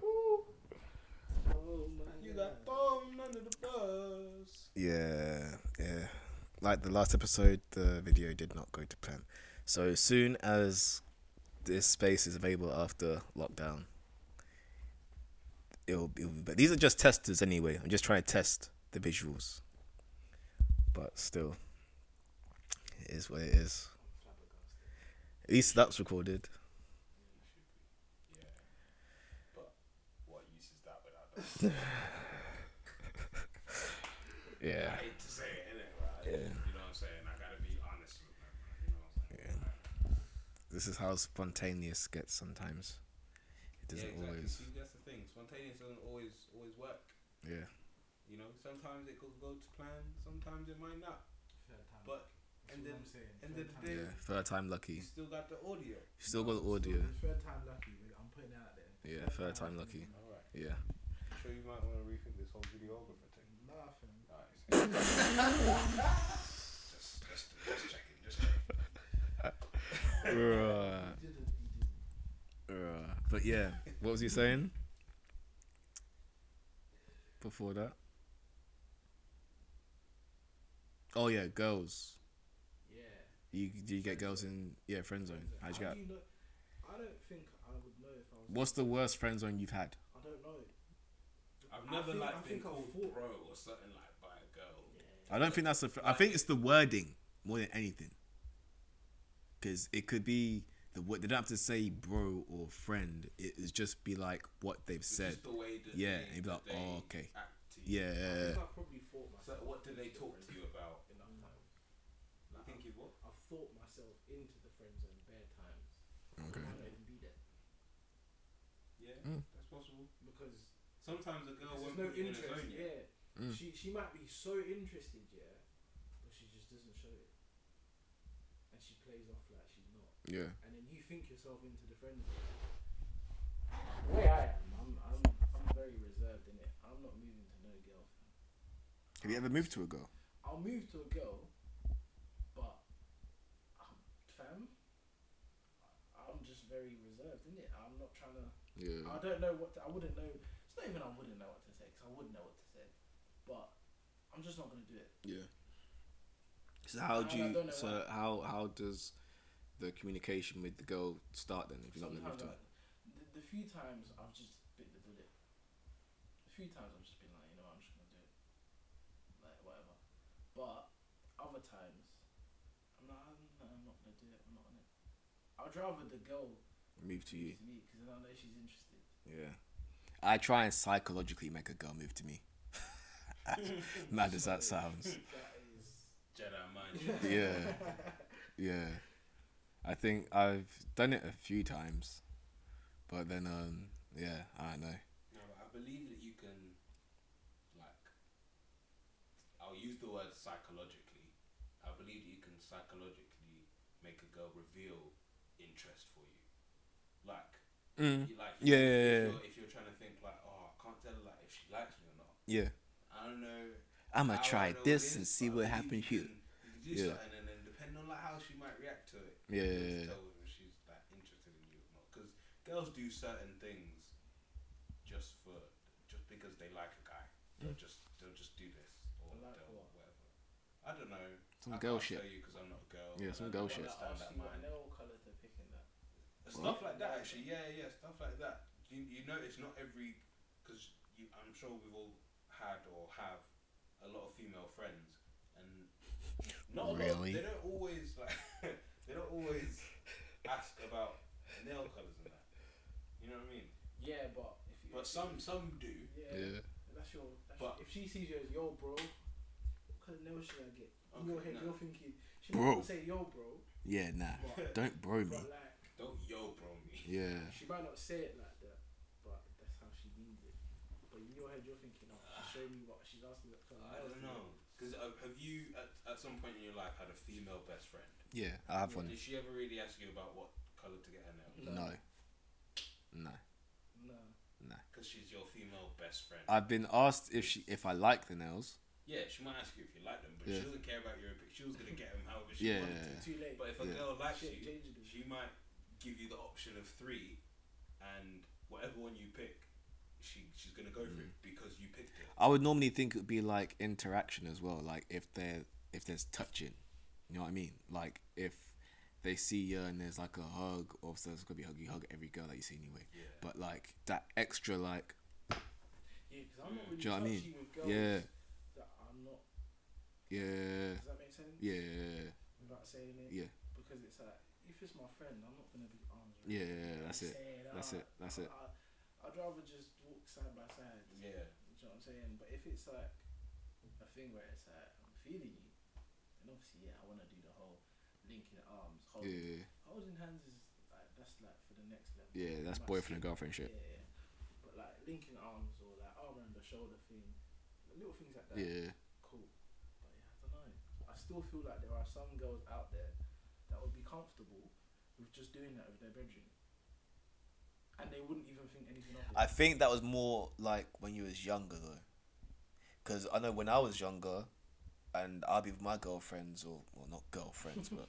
Oh man. You got thrown under the bus. Yeah, yeah. Like the last episode, the video did not go to plan. So as soon as this space is available after lockdown, it'll be. But these are just testers anyway. I'm just trying to test the visuals. But still, it is what it is. At least that's recorded. Yeah. But what use is that without that? Yeah. I hate to say it, innit? Right? Yeah. You know what I'm saying? I gotta be honest with them. Like, you know what I'm saying? Yeah. This is how spontaneous gets sometimes. It doesn't always. See, that's the thing. Spontaneous doesn't always always work. Yeah. You know, sometimes it could go to plan, sometimes it might not. But That's and what then I'm saying. and Third then time the- Yeah. Third time lucky. you still got the audio. Still got the audio. Still, Third time lucky. mate. I'm putting it out there. Yeah, third time lucky. Alright. Yeah. Sure you might want to rethink this whole videographer thing. Nothing. Alright. just, just, just checking, just checking. Bruh, You didn't. You didn't. bruh. But yeah, what was he saying? Before that? Oh yeah, girls. Yeah. You do you get girls in yeah, friend zone. How'd you How get do you know- I don't think I would know if I was. what's the worst friend zone you've had? I don't know. I've I never think- like I been think I called thought- bro or something like by a girl. I don't think that's the. fr- I think it's the wording more than anything. Because it could be the wo- they don't have to say bro or friend. It is just be like what they've It's said. Just the way that Yeah, they, and you'd be like, that they oh, okay. act to you. Yeah. I think I probably thought So myself. what do they into talk the to friend you about? zone Enough times. I think you what? I've thought myself into the friend zone bare times. Okay. I might not even be there Yeah, Mm. that's possible. because Sometimes a there's girl won't no put you in a interest. zone yet. Yeah. Mm. She she might be so interested, yeah, but she just doesn't show it, and she plays off like she's not. Yeah. and then you think yourself into the friend zone. The way I am, I'm, I'm, I'm very reserved in it. I'm not moving to no girl. fam. Have you ever moved to a girl? I'll move to a girl, but um, fam, I'm just very reserved in it. I'm not trying to Yeah. I don't know what to, I wouldn't know. It's not even I wouldn't know what to say because I would know what to say, but I'm just not gonna do it. Yeah. So how And do I you? don't know So how how does the communication with the girl start then? If you're not gonna lift Sometimes her? I- the, the few times I've just bit the bullet. A few times I've just been like, you know, what, I'm just gonna do it, like whatever. But other times, I'm like, I'm, no, I'm not gonna do it. I'm not gonna. I'd rather the girl Move to move you. to me because then I know she's interested. Yeah. I try and psychologically make a girl move to me. Mad as that sounds. That is. Jedi mind. Yeah. Yeah. I think I've done it a few times, but then um yeah I don't know. No, but I believe that you can, like, I'll use the word psychologically. I believe that you can psychologically make a girl reveal interest for you. Like, Mm. you, like if, Yeah, yeah, yeah, yeah. You're, if you're trying to think, like, oh, I can't tell, like, if she likes me or not. Yeah. I don't know. I'ma how I try know this it and is, see but what you happens can- here. You can do Yeah. something, and then depending on like how she might react to it, you Yeah, yeah, can yeah. tell whether she's that interested in you or not. Because girls do certain things just for just because they like a guy. Mm. They'll just they'll just do this or Like they'll what? whatever. I don't know. Some I girl can't shit. Tell you 'cause I'm not a girl. Yeah, and some I girl don't shit. understand that What mind. nail colour to pick in that? Stuff like that, actually. Yeah, yeah, stuff like that. You, you know, it's not every because you. I'm sure we've all had or have a lot of female friends, and not a lot- Really? They don't always like. they don't always ask about nail colors and that. You know what I mean? Yeah, but if you, But some some do. yeah, Yeah. that's your. That's But- your- if she sees you as yo, bro, what kind of nail should I get? In your Okay, head, no. you're thinking, she Bro. might not say yo, bro, Yeah, nah. but, Don't bro me. but like Don't yo bro me. Yeah. she might not say it like that, but that's how she means it. But in your head, you're thinking, oh, she's showing me what she's asking me. What kind of I nails don't to know. Because have you at, at some point in your life had a female best friend? Yeah. I have one. Did she ever really ask you about what color to get her nail? No. No. No. get." No, Because she's your female best friend. I've been asked if she if I like the nails. Yeah, she might ask you if you like them, but Yeah. she doesn't care about your opinion. She was gonna get them however she Yeah. wanted. too late. But if a Yeah. girl likes Shit, you, change it. she might give you the option of three, and whatever one you pick, she she's gonna go for it Mm. because you picked it. I would normally think it would be like interaction as well, like if they're if there's touching, you know what I mean? Like if they see you and there's like a hug, or if there's gonna be a hug, you hug every girl that you see anyway. Yeah. But like that extra, like Yeah, because I'm not Mm. really Do you know what I mean? touchy with girls Yeah. that I'm not. yeah, Does that make sense? yeah, Without saying it. Yeah. Because it's like, if it's my friend, I'm not gonna be arms. around. yeah, that's and it. say That's "Ah, it. That's it. I, I'd rather just walk side by side. Yeah. Do you know what I'm saying? But if it's like a thing where it's like I'm feeling you, then obviously yeah, I want to do the whole linking arms, Yeah, holding, holding hands is like that's like for the next level. yeah, that's Like, boyfriend and girlfriend shit. Yeah, yeah. But like linking arms or like arm around the shoulder thing, like, little things like that. Yeah, Cool. But yeah, I don't know. I still feel like there are some girls out there that would be comfortable with just doing that with their bedroom. And they wouldn't even think anything of it. I think that was more like when you was younger though, because I know when I was younger, and I'll be with my girlfriends or well not girlfriends but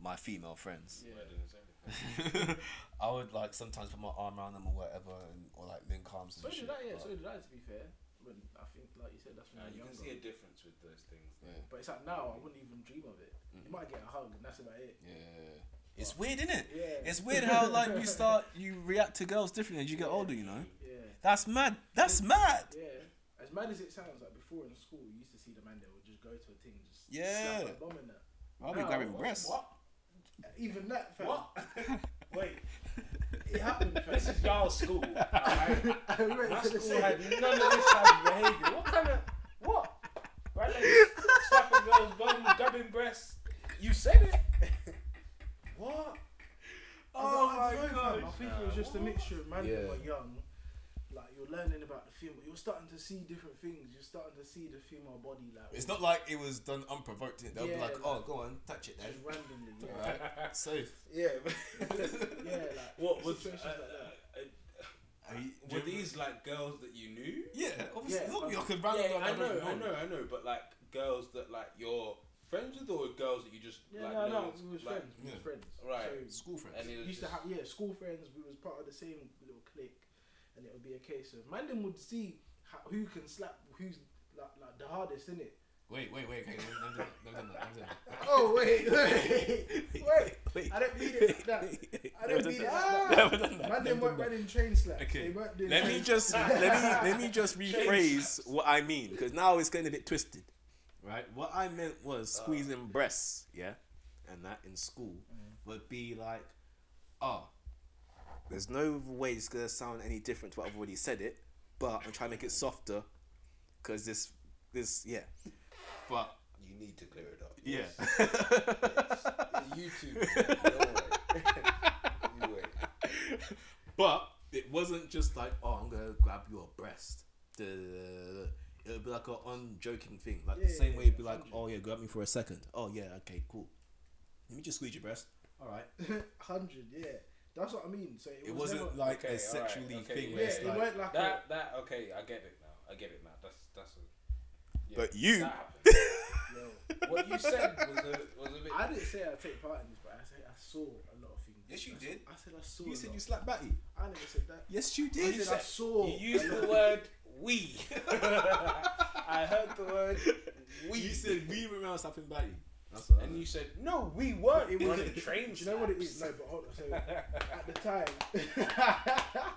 my female friends. Yeah. Wedding is everything. I would like sometimes put my arm around them or whatever, and, or like link arms and So shit. did I, yeah, but- so did I to be fair. When I think like you said that's when Uh, I was you can younger. see a difference with those things. though. Yeah. But it's like now I wouldn't even dream of it. You Mm. might get a hug and that's about it. yeah. it's weird, isn't it? Yeah. It's weird how like you start you react to girls differently as you get older. You know, Yeah. that's mad. That's mad. Yeah. As mad as it sounds, like before in school you used to see the man that would just go to a thing and just Yeah. slap a bomb in that. I'll be Now, grabbing what- breasts. What? Even that fam. What? Wait. It happened fam. This is y'all school. alright? I went My to the school same- had none of this type of behaviour. What kind of what? Right, like slapping girls, bum, grabbing breasts. You said it. What? Oh my god! God! I think it was just a mixture of man Yeah. that were young. Like you're learning about the film, you're starting to see different things. You're starting to see the female body, like It's not like it was done unprovoked. innit? They'll be Yeah, like, like- "Oh, go on, touch it then." just randomly. Yeah, Alright, safe. yeah, but- yeah. Like What was uh, situations uh, like that? Are you- were these like girls that you knew? Yeah, obviously. Yeah, look, but- you can random. I don't know, I know, I know. But like girls that like you're friends with or girls that you just Yeah, like no, know no, it's- we was like, friends. We yeah. was friends. Right. So, School friends. And it was used to just- have yeah school friends. We was part of the same little clique, and it would be a case of man them would see how, who can slap who's like, like the hardest in it. Wait, wait, wait. Okay, don't do that. Don't do that. Don't do that. Oh wait, wait, wait. Wait. I don't mean it Ah! like that. I don't mean it like that. Man them weren't running train slaps. Okay. They weren't doing Let me train- just let me let me just rephrase what I mean because now it's getting a bit twisted, right? What I meant was squeezing breasts, yeah, and that in school would be like, ah, there's no way it's gonna sound any different to what I've already said it, but I'm trying to make it softer, because this this yeah, but You need to clear it up. yeah, you two. No way. you wait. but it wasn't just like oh I'm gonna grab your breast. Duh, duh, duh, duh, duh. It would be like an unjoking thing, like the Yeah, same yeah, way it'd be yeah, like, oh yeah, grab me for a second. Oh yeah, okay, cool. Let me just squeeze your breast. All right. hundred. Yeah, that's what I mean. So it, It was wasn't never, like Okay, a alright, sexually okay, thing. yeah, where yeah, it's it like, went like a, That that okay. I get it now. I get it now. That's that's. A, yeah, But you- That happened. yo. what you said was a was a bit. I didn't say I take part in this, but I said I saw a lot of things. Yes, you I did. Saw, I said I saw. you a said lot. you slapped Batty. I never said that. Yes, you I did. said I saw. You used a lot the of- word we. I heard the word. we. You said we remember slapping Batty. That's what I and mean. you said no. We weren't. It was a Do train. you know what it is? No, but hold on. So at the time,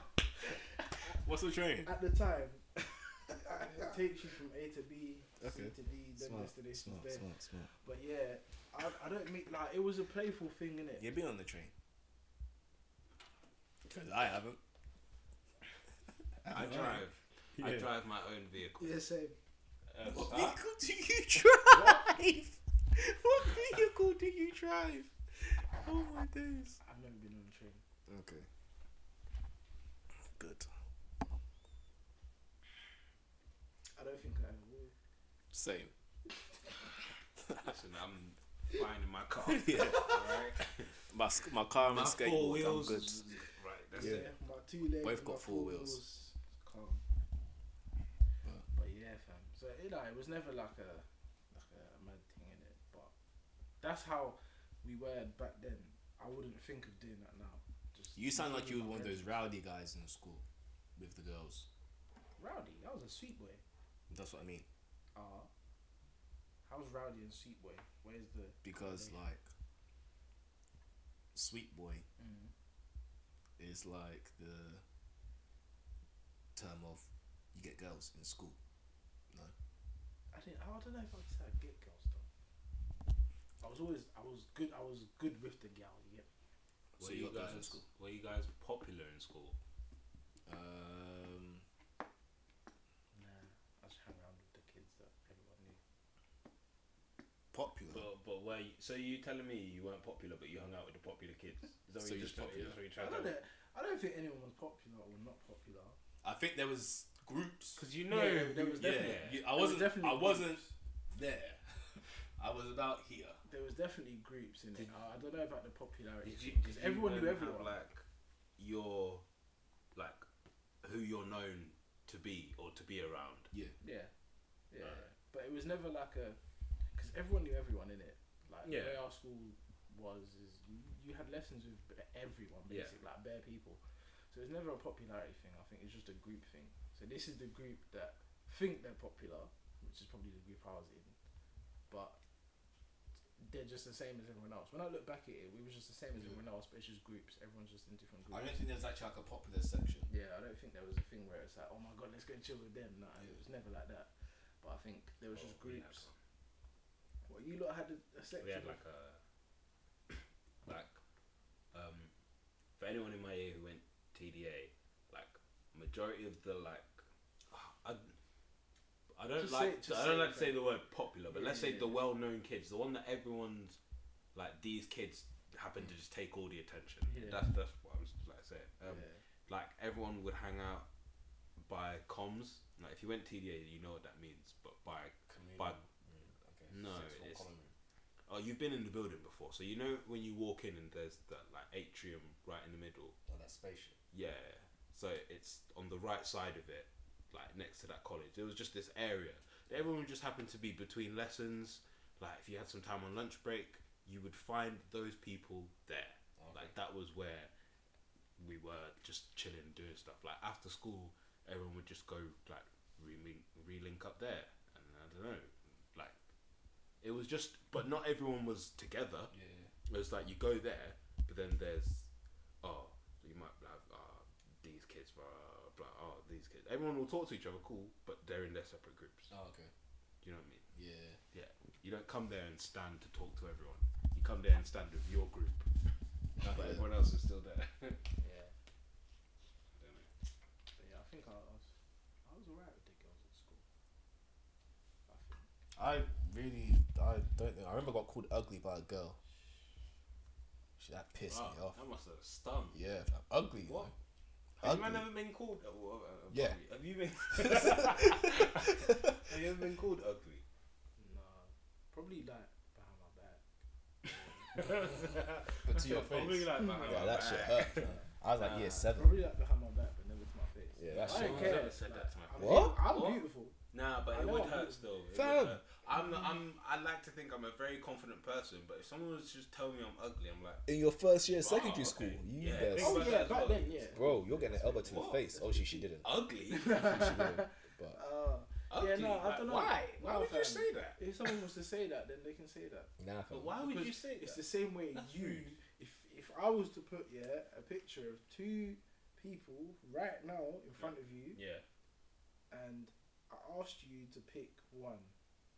What's the train? at the time, it takes you from A to B, Okay. C to D, then Smart, destination's Smart, there. smart, smart. But yeah, I, I don't mean like it was a playful thing, innit? You've been on the train. Because I haven't. I drive. I drive my own vehicle. Yeah, same. Uh, so What I- vehicle do you drive? what vehicle do you drive? Oh my days. I've never been on a train. Okay. Good. I don't think I ever will. Same. Listen, I'm finding my car. Yeah. Alright? My, sc- my car and my, My skateboard. four wheels. I'm good. Right, that's Yeah, it. my two legs. Both my got four wheels. Calm. But yeah, fam. So you know, it was never like a like a mad thing in it, but that's how we were back then. I wouldn't think of doing that now. Just You sound like you were with one of my those rowdy guys in school with the girls. friends. rowdy. I was a sweet boy. That's what I mean. Ah, I was rowdy and sweet boy. Where's the Because, Yeah. like, Sweet Boy mm. is like the term of you get girls in school. I didn't. I don't know if I'd say I get girls though. I was always. I was good. I was good with the gal. Yeah. Were So you you got those in guys school? were you guys popular in school? Um, Nah. I just hang around with the kids that everyone knew. popular. But but were you, so you telling me you weren't popular but you hung out with the popular kids? Is that what So you you're just told- popular. that's what you I tried don't to know. I don't think anyone was popular or not popular. I think there was groups. Because you know, Yeah, there was yeah, definitely. you- there I was wasn't. definitely I wasn't groups. there. I was about here. There was definitely groups in it. I I don't know about the popularity. Did you, thing, did 'cause you everyone then knew have, everyone. like your like who you're known to be or to be around? yeah, yeah. Alright. But it was never like a because everyone knew everyone in it. Like Yeah. the way our school was is you, you had lessons with b- everyone, Yeah. basically like bare people. So it's never a popularity thing. I think it's just a group thing. So this is the group that think they're popular, which is probably the group I was in, but they're just the same as everyone else. When I look back at it, we were just the same as Yeah. everyone else, but it's just groups. Everyone's just in different I groups. don't think there's actually like a popular section. Yeah, I don't think there was a thing where it's like, oh my god, let's go chill with them. Nah, it was never like that. But I think there was just Oh, we had groups. Well, you lot had a, a one. section. We had of- like a like um for anyone in my year who went TDA, like majority of the like I, I don't Just say like it, just I say don't it, like to say the word popular, but Yeah, let's yeah, say the yeah. well-known kids, the one that everyone's like these kids happen to just take all the attention. Yeah. That's that's what I was like saying. Um, yeah. like everyone would hang out by comms. Like if you went TDA, you know what that means. But by But- Okay. No, Sixth form it's- common room. oh, you've been in the building before, so you know when you walk in and there's that like atrium right in the middle. Oh, that spaceship. Yeah, so it's on the right side of it, like next to that college. It was just this area. Everyone just happened to be between lessons. Like if you had some time on lunch break, you would find those people there. Like that was where we were just chilling, doing stuff. Like after school, everyone would just go like relink, relink up there, and I don't know, like it was just. But not everyone was together. Yeah. It was like you go there, but then there's oh you might have oh, these kids blah blah blah, oh these kids. Everyone will talk to each other, cool, but they're in their separate groups. Oh, okay. Do you know what I mean? Yeah. You don't come there and stand to talk to everyone. You come there and stand with your group, but Yeah. everyone else is still there. Yeah. Don't know. But yeah, I think I was, I was alright with the girls at school. I think. I really, I don't think. I remember I got called ugly by a girl. She that pissed Wow, me off. that must have stung. Yeah, fam, ugly. you What? know. Have you Ugly. man ever been called? uh, well, uh, Yeah. ugly? Have you been? have you ever been called ugly? Nah, probably like behind my back. But to your Probably face. like behind Yeah, my that shit back. hurt. fam. I was like, yeah, seven. Probably like behind my back, but never to my face. Yeah, that I shit. don't Someone's care. ever said that to my I'm face. What? beautiful- I'm What? beautiful. Nah, but I it would know. hurt still. It would Fam. hurt. I'm, I'm, I like to think I'm a very confident person, but if someone was just telling me I'm ugly, I'm like, In your first year of Wow, secondary okay. school, you Yeah, guys, big Oh about yeah, that as back well. then, yeah. bro, you're getting an elbow to the What? face. Oh, she she didn't. ugly? She didn't. But Uh, ugly? Yeah, no, I Like, don't know. Why? Why No, would you fam. say that? if someone was to say that, then they can say that. nah, fam. But why would Because you say It's that? the same way That's you. rude. If if I was to put yeah a picture of two people right now in front of you, Yeah. and I asked you to pick one,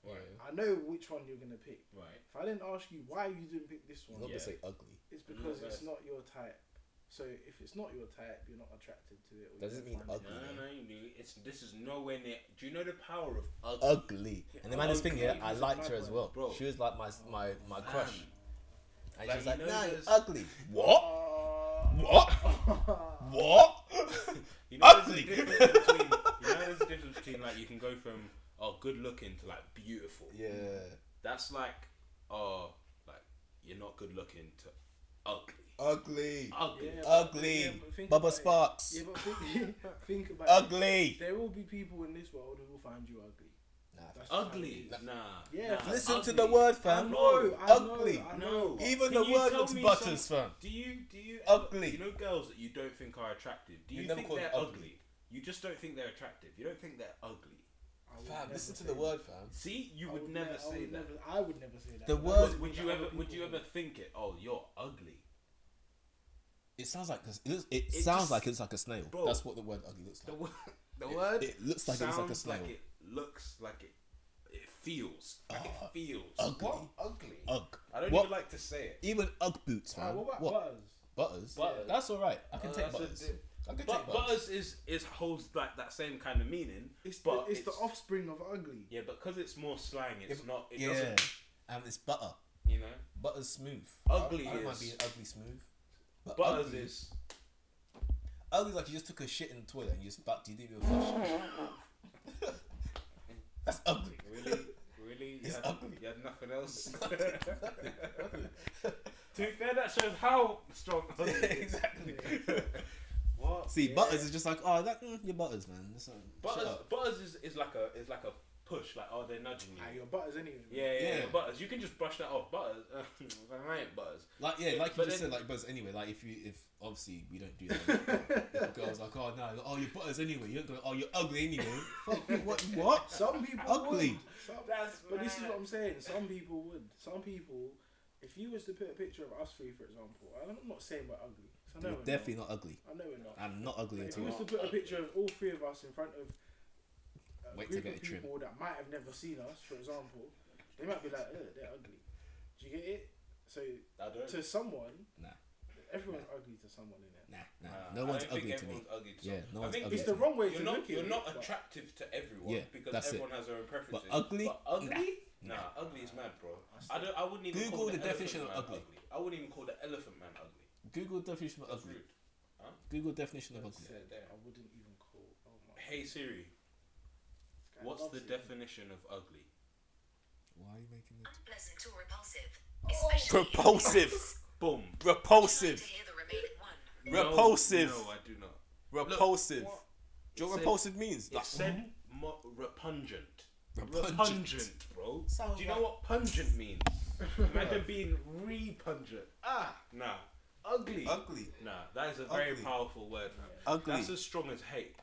Yeah. I know which one you're gonna pick. Right. If I didn't ask you why you didn't pick this I'm one, not Yeah. gonna say ugly. it's because No, it's that's- not your type. So if it's not your type, you're not attracted to it. Or you Doesn't don't mean find No, ugly. no, no. You knew, it's this is nowhere near. Do you know the power of ugly? Ugly. And the man is thinking, yeah, Ugly I is a liked bad her as word. well. Bro. She was like my my my Fam. crush. And she Like, was you like, know nah, you're there's- ugly. What? Ah. What? it. What? You know, Ugly. There's a difference between, you know, there's a difference between like you can go from oh good looking to like beautiful. Yeah. That's like oh like you're not good looking to ugly. Ugly. Ugly. Yeah, but- Ugly. yeah, but think about Bubba it. Sparks. Yeah, but think, think about it. Ugly. There will be people in this world who will find you ugly. Nah, That's just how Ugly. it is. Nah. Yeah, nah, Listen to ugly. the word, fam. I know, I know, Ugly. I No. know. Even Can the you word tell looks me butters, some- fam. Do you do you Ugly. You know girls that you don't think are attractive. Do You you, never think call they're them ugly? ugly. You just don't think they're attractive. You don't think they're ugly. I would Fam, never listen to say the that. word, fam. See, you I would, ne- never I say would that. never- I would never say that. The But word- that's Would, would what you other ever would people you ever will. think it? Oh, you're ugly, It sounds like a, it, it It sounds just- like it's like a snail. Bro. That's what the word ugly looks The like. word, the word it looks like it's like a sounds snail. Like it looks like it. It feels. Like Ah, it feels. ugly. What? Ugly. Ugg. I don't What? even like to say it. Even Ugg boots, Ah, fam. what about Uh, what? butters? Butters. Butters. That's all right. I can Uh, take that's a butters. dip. I can take But butters. butters is is holds like that same kind of meaning. It's the, but it's, the offspring of ugly. Yeah, but because it's more slang, it's Yeah, not. It yeah, doesn't. and it's butter. You know, Butter's smooth. Ugly I, I don't mind is- being ugly smooth. But butters ugly, is. ugly's like you just took a shit in the toilet and you just butt. You didn't even flush. it. That's ugly. Really, really, you It's had, ugly. you had nothing else. To be fair, that shows how strong ugly is. exactly. What? See, Yeah. butters is just like oh, that mm, your butters, man. That's not, shut Butters, up. butters is, is like a is like a push. Like oh, they're nudging Ah, you. your butters anyway. Yeah, yeah, yeah, Mm. Yeah. butters. You can just brush that off. Butters, I ain't butters. Like yeah, like you But just then- said, like butters anyway. Like if you if obviously we don't do that. if a girl's like oh no, oh your butters anyway. You don't go oh you're ugly anyway. Fuck, what what? Some people Ugly. Would. Some- That's but this is what I'm saying. Some people would. Some people, if you was to put a picture of us three, for example, and I'm not saying we're ugly. 'cause I know You're we're definitely not ugly. Not. I know we're not. I'm not ugly If at you was to all. put a picture of all three of us in front of a Wait to group get of it trim. people that might have never seen us, for example, they might be like, "Ugh, they're ugly. Do you get it? So I don't. to someone, Nah. everyone's ugly to someone in it. Nah, nah, Uh, no one's ugly to me. ugly to Yeah, some- no I one's think ugly It's to the me. wrong way You're to not look at it, you're not but- attractive to everyone Yeah, because that's it. everyone has their own preferences. ugly? but ugly, nah. ugly is mad, bro. I don't. I wouldn't even Google call the elephant definition of man ugly. I wouldn't even call the elephant man ugly. Google definition of That's ugly. rude. Google definition of I ugly. said I wouldn't even call. Oh my Hey Siri, God, what's the loves it. definition of ugly? Why are you making it? Unpleasant or repulsive. Especially if- Repulsive. Boom. Would you like to Repulsive. hear the remaining one? No, Repulsive. No, I do not. Repulsive. What? Do you It said- know what mhm. repulsive means? It said mo- repugnant. Repugnant. Pungent, bro. Do you know what pungent means? Imagine being re pungent. Ah, Nah, ugly. Ugly. nah. That is a very Ugly. powerful word, man. Ugly. That's as strong as hate.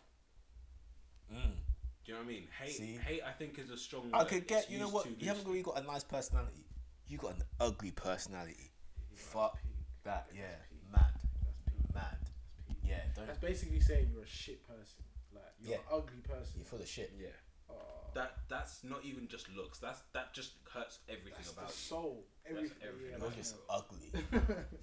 Mm. Do you know what I mean? Hate, See? hate. I think is a strong. I word. could get. It's You know used what? too You haven't loosely. really got a nice personality. You got an ugly personality. Fuck that. Yeah. Mad. Mad. Yeah. Don't. That's basically saying you're a shit person. Like you're Yeah. an ugly person. You're full of shit. Yeah. Oh, That that's not even just looks. That's that just hurts everything that's the about you. soul. Everything. everything yeah, about You're that's just it. ugly.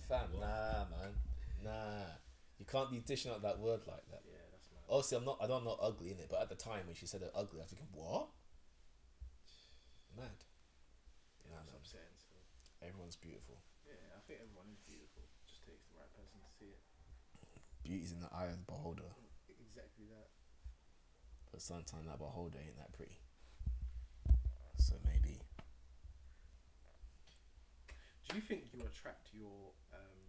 Fam. Nah, man. Nah. You can't be dishing out that word like that. yeah, that's mad. Obviously, I'm not. I don't know ugly in it, but at the time when she said it ugly, I was thinking, what? Mad. Yeah, Nah, that's nah. upsetting. So, Everyone's beautiful. yeah, I think everyone is beautiful. Just takes the right person to see it. Beauty's in the eye of the beholder, Exactly that. but sometimes that beholder ain't that pretty. So maybe. Do you think you attract your um,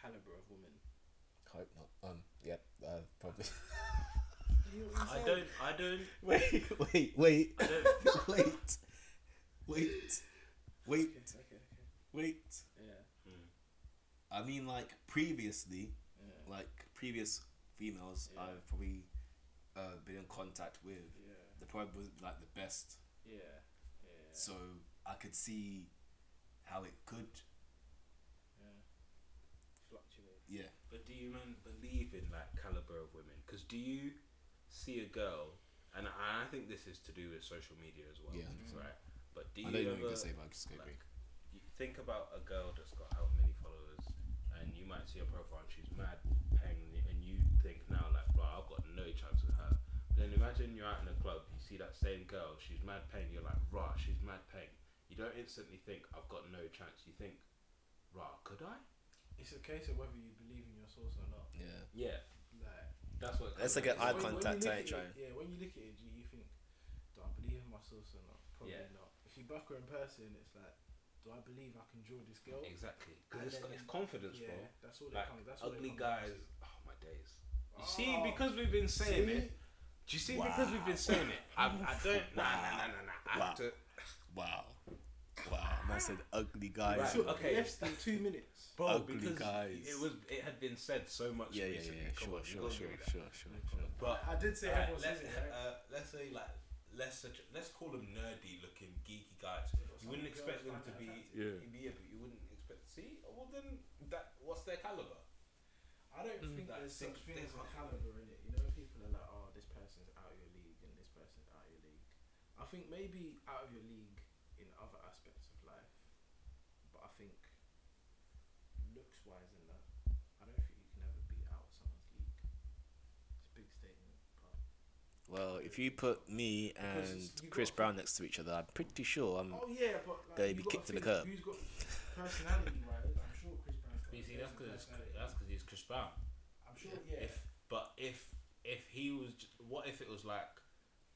caliber of woman? Hope not. Um. Yep. Uh, probably. I don't. I don't. wait. Wait. Wait. I don't. wait. Wait. Wait. Okay, okay, okay. Wait. Yeah. I mean, like previously, Yeah. like previous females Yeah. I've probably uh, been in contact with, Yeah. the probably was like the best. Yeah. Yeah. So I could see how it could. yeah. Fluctuate. Yeah. But do you man believe in that caliber of women? Because do you see a girl, and I I think this is to do with social media as well, Yeah, 100%. right? But do I you don't know ever what you're gonna say, but I just agree. like, you think about a girl that's got how many followers, and you might see her profile and she's mad paying, and you think now like, bro, I've got no chance with her. But then imagine you're out in a club, you see that same girl, she's mad paying, you're like, rah, she's mad paying. You don't instantly think I've got no chance. You think, rah, could I? It's a case of whether you believe in your source or not. Yeah. Yeah, Like, that's what. it That's comes like down to. an eye when- when you contact, look I ain't at trying. It, yeah, when you look at it, do you think, do I believe in my source or not? Probably Yeah. not. If you buck her in person, it's like, do I believe I can draw this girl? Exactly, And because it's, then- it's confidence, yeah, bro. that's all Like it comes. That's all it ugly comes down guys. to. Oh my days. You see, Oh, because we've been saying see? it. Do you see because we've been saying it? I, I don't. Nah, nah, nah, nah, nah. I Wow. have to. Wow. Wow. Man said ugly guys. Right. Took Okay. Less than two minutes. Bro, Ugly because guys. it was it had been said so much Yeah, yeah, recently. yeah, yeah. Come Sure, on, you sure, gotta sure, give me that. sure, sure, sure. But I did say Alright, everyone's let's, using it, right? uh, let's say like let's such, let's call them nerdy looking geeky guys. You wouldn't expect them to be Yeah. yeah, but you wouldn't expect see. Well then, that what's their caliber? I don't think That there's such such thing as a difference. caliber in it. You know, people are like, oh, this person's out of your league and this person's out of your league. I think maybe out of your league in other aspects of life, but I think looks wise and that, I don't think you can ever be out of someone's league. It's a big statement, but Well, if you put me Because and it's- you Chris got- Brown next to each other, I'm pretty sure I'm. oh yeah, but like, They'd you Mm. be gotta kicked to the think curb. Who's got personality, right? I'm sure Chris Brown's got. But you see, a that's certain because personality. that's because he's Chris Brown. I'm sure, yeah. If but if if he was, j- what if it was like,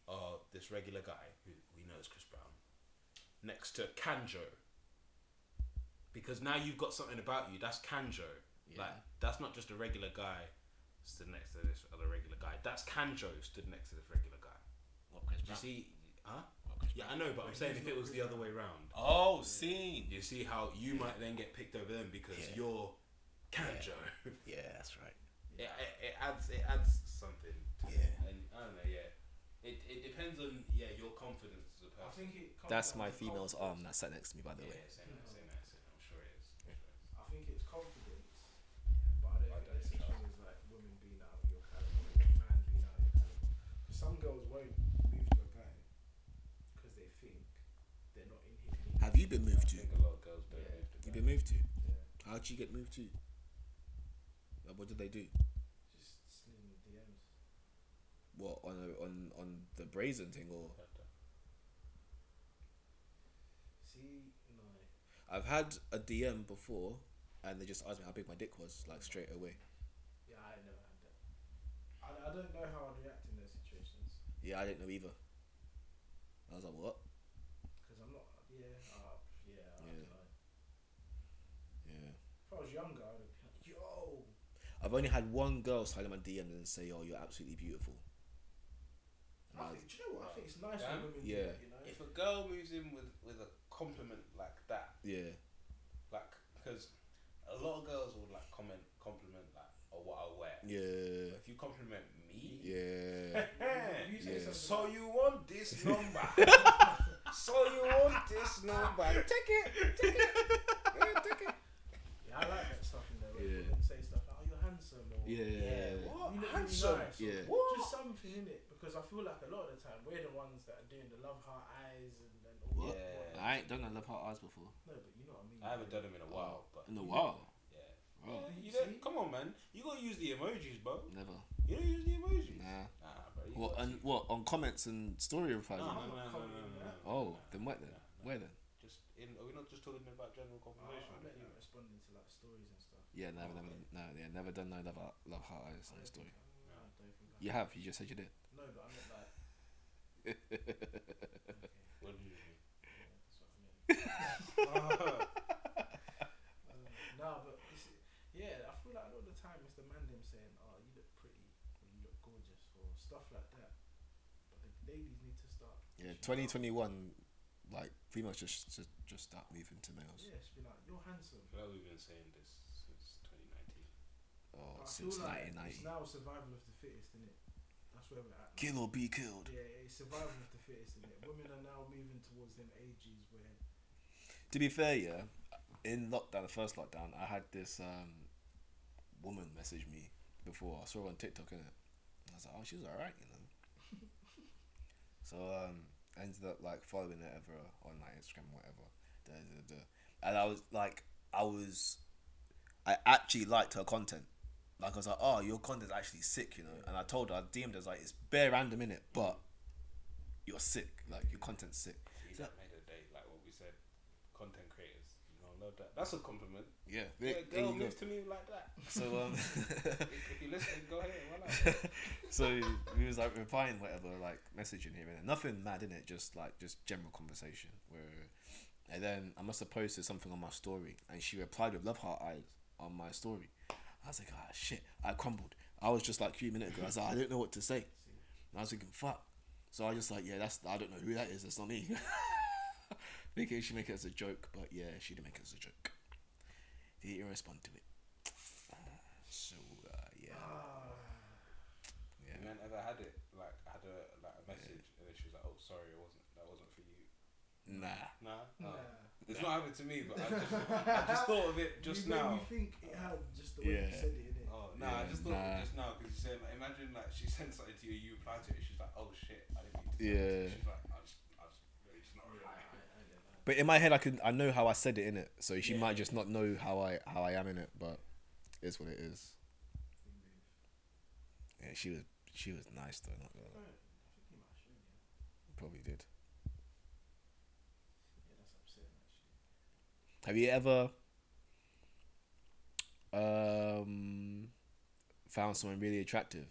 uh, this regular guy who we know is Chris Brown, next to Kanjo. Because now you've got something about you. That's Kanjo. Like Yeah. that's not just a regular guy stood next to this other regular guy. That's Kanjo stood next to this regular guy. What, Chris Oh, Do you see? Huh? Chris Yeah, I know, but I'm saying if it was the other way round, Oh, scene. you see how you might then get picked over them because Yeah. you're Kanjo. Yeah, that's right. it, it, it adds it adds something. To it. Yeah. And I don't know. Yeah. It, it depends on yeah your confidence as a I person. think it comes That's down my to female's confidence. arm that sat next to me, by the way. yeah, same that, same that, same that. I'm sure it is. I think it's confidence, but I don't I think don't there's such trust. thing as like women being out of your caliber, or man being out of your caliber. 'Cause some girls won't move to a guy because they think they're not in his league. Have you been moved to? I think a lot of girls don't Yeah. move to You've that. been moved to? Yeah. How'd you get moved to? Like, what did they do? Just slinging the DMs. What on a, on on the brazen thing or? See, no, I've had a DM before, and they just asked me how big my dick was, like straight away. yeah, I never had that. I, I don't know how I'd react in those situations Yeah, I didn't know either. I was like, what? because I'm not. Yeah, uh, yeah, I Yeah. don't know. Yeah. If I was younger, I'd have been like, yo. I've only had one girl slide in my DM and say, "Oh, you're absolutely beautiful." I And I was- think, do you know what? I think it's nice Yeah. when women do Yeah. it, you know? If a girl moves in with with a compliment like that, yeah, like because a lot of girls will like comment compliment like or what I wear. yeah, If you compliment me, yeah. If you say Yeah. something So like- you want this number? so you want this number? Take it, take it, yeah, take it. yeah, I like that stuff in there. Like, Yeah. women say stuff like, oh, you're handsome. Or, Yeah. What? You look really Handsome. nice. Yeah. What? Just something in it because I feel like a lot of the time we're the ones that are doing the love heart eyes and, and all What? that. Yeah. I ain't done a love heart eyes before No, but you know what I mean. I haven't done them in a while, but in a while. yeah. Bro, Yeah, you See? don't, come on, man. You gotta use the emojis, bro. never. You don't use the emojis. Nah. Nah, bro. you What gotta on use- what on comments and story replies? Nah, I'm nah, and that? nah, not nah, coming in nah, that. nah, Oh, nah. then what then? Nah, nah. Where then? Just in, are we not just talking about general Oh, I conversation? bet you're responding to like stories and stuff. Yeah, never, never, no, yeah, never done no love heart, love heart eyes I on don't story. think I- I don't think I- You have. You just said you did. No, but I'm not like. okay, What do you mean? yeah, that's what I meant. Ah. Um, no, but it's, yeah, I feel like a lot of the time it's the man them saying, "Oh, you look pretty," or "You look gorgeous," or stuff like that. But the ladies need to start. Yeah, pushing twenty up. twenty one, like pretty much just just, just start moving to males. Yeah, just be like, "You're handsome." Well, we've been saying this since 2019. Oh, But I feel since like nineteen ninety. it's now survival of the fittest, isn't it? That's where we're at. now. Kill or be killed. Yeah, it's survival of the fittest, isn't it? Women are now moving towards them ages where To be fair, yeah, in lockdown, the first lockdown, I had this um, woman message me before. I saw her on TikTok, innit? And I was like, oh, she was alright, you know. so um, I ended up like following her ever on like Instagram or whatever. Da, da, da. And I was like, I was, I actually liked her content. Like I was like, oh, your content's actually sick, you know. And I told her, I DM'd her, I was like, it's bare random in it, but you're sick. Like your content's sick. See, that made a day, like what we said. Content creators, you know, love that. That's a compliment. Yeah. Yeah, There, a girl there you go. moves to me like that. So um. If, if you listen, go ahead. Why not? so we was like replying whatever, like messaging here and there. nothing mad in it, just like just general conversation. Where, and then I must have posted something on my story, and she replied with love heart eyes on my story. I was like, ah shit, I crumbled. I was just like you a minute ago. I was like, I don't know what to say. And I was thinking, fuck. So I was just like, yeah, that's I don't know who that is. That's not me. Thinking she make it as a joke, but yeah, she didn't make it as a joke. Didn't even respond to it. So uh, yeah, ah, yeah. And then ever had it, like I had a like a message, and then she was like, "Oh, sorry, it wasn't. That wasn't for you." Nah. Nah, nah. Oh. it's not happened to me, but I just, I just thought of it just you now. You think it had just the way you Yeah. said it, innit? Oh no, I Yeah, just thought of nah. it just now because you said, like, imagine like she sent something to you, you replied to it, she's like, "Oh shit, I didn't mean to." send this." Yeah. She's like, "I just, I just, really just not reply." But in my head, I can I know how I said it in it, so she Yeah. might just not know how I how I am in it, but it's what it is. Yeah, she was she was nice though, not gonna lie. Right, I think he might have shown you. probably did. Yeah, that's upsetting actually. Have you ever um found someone really attractive,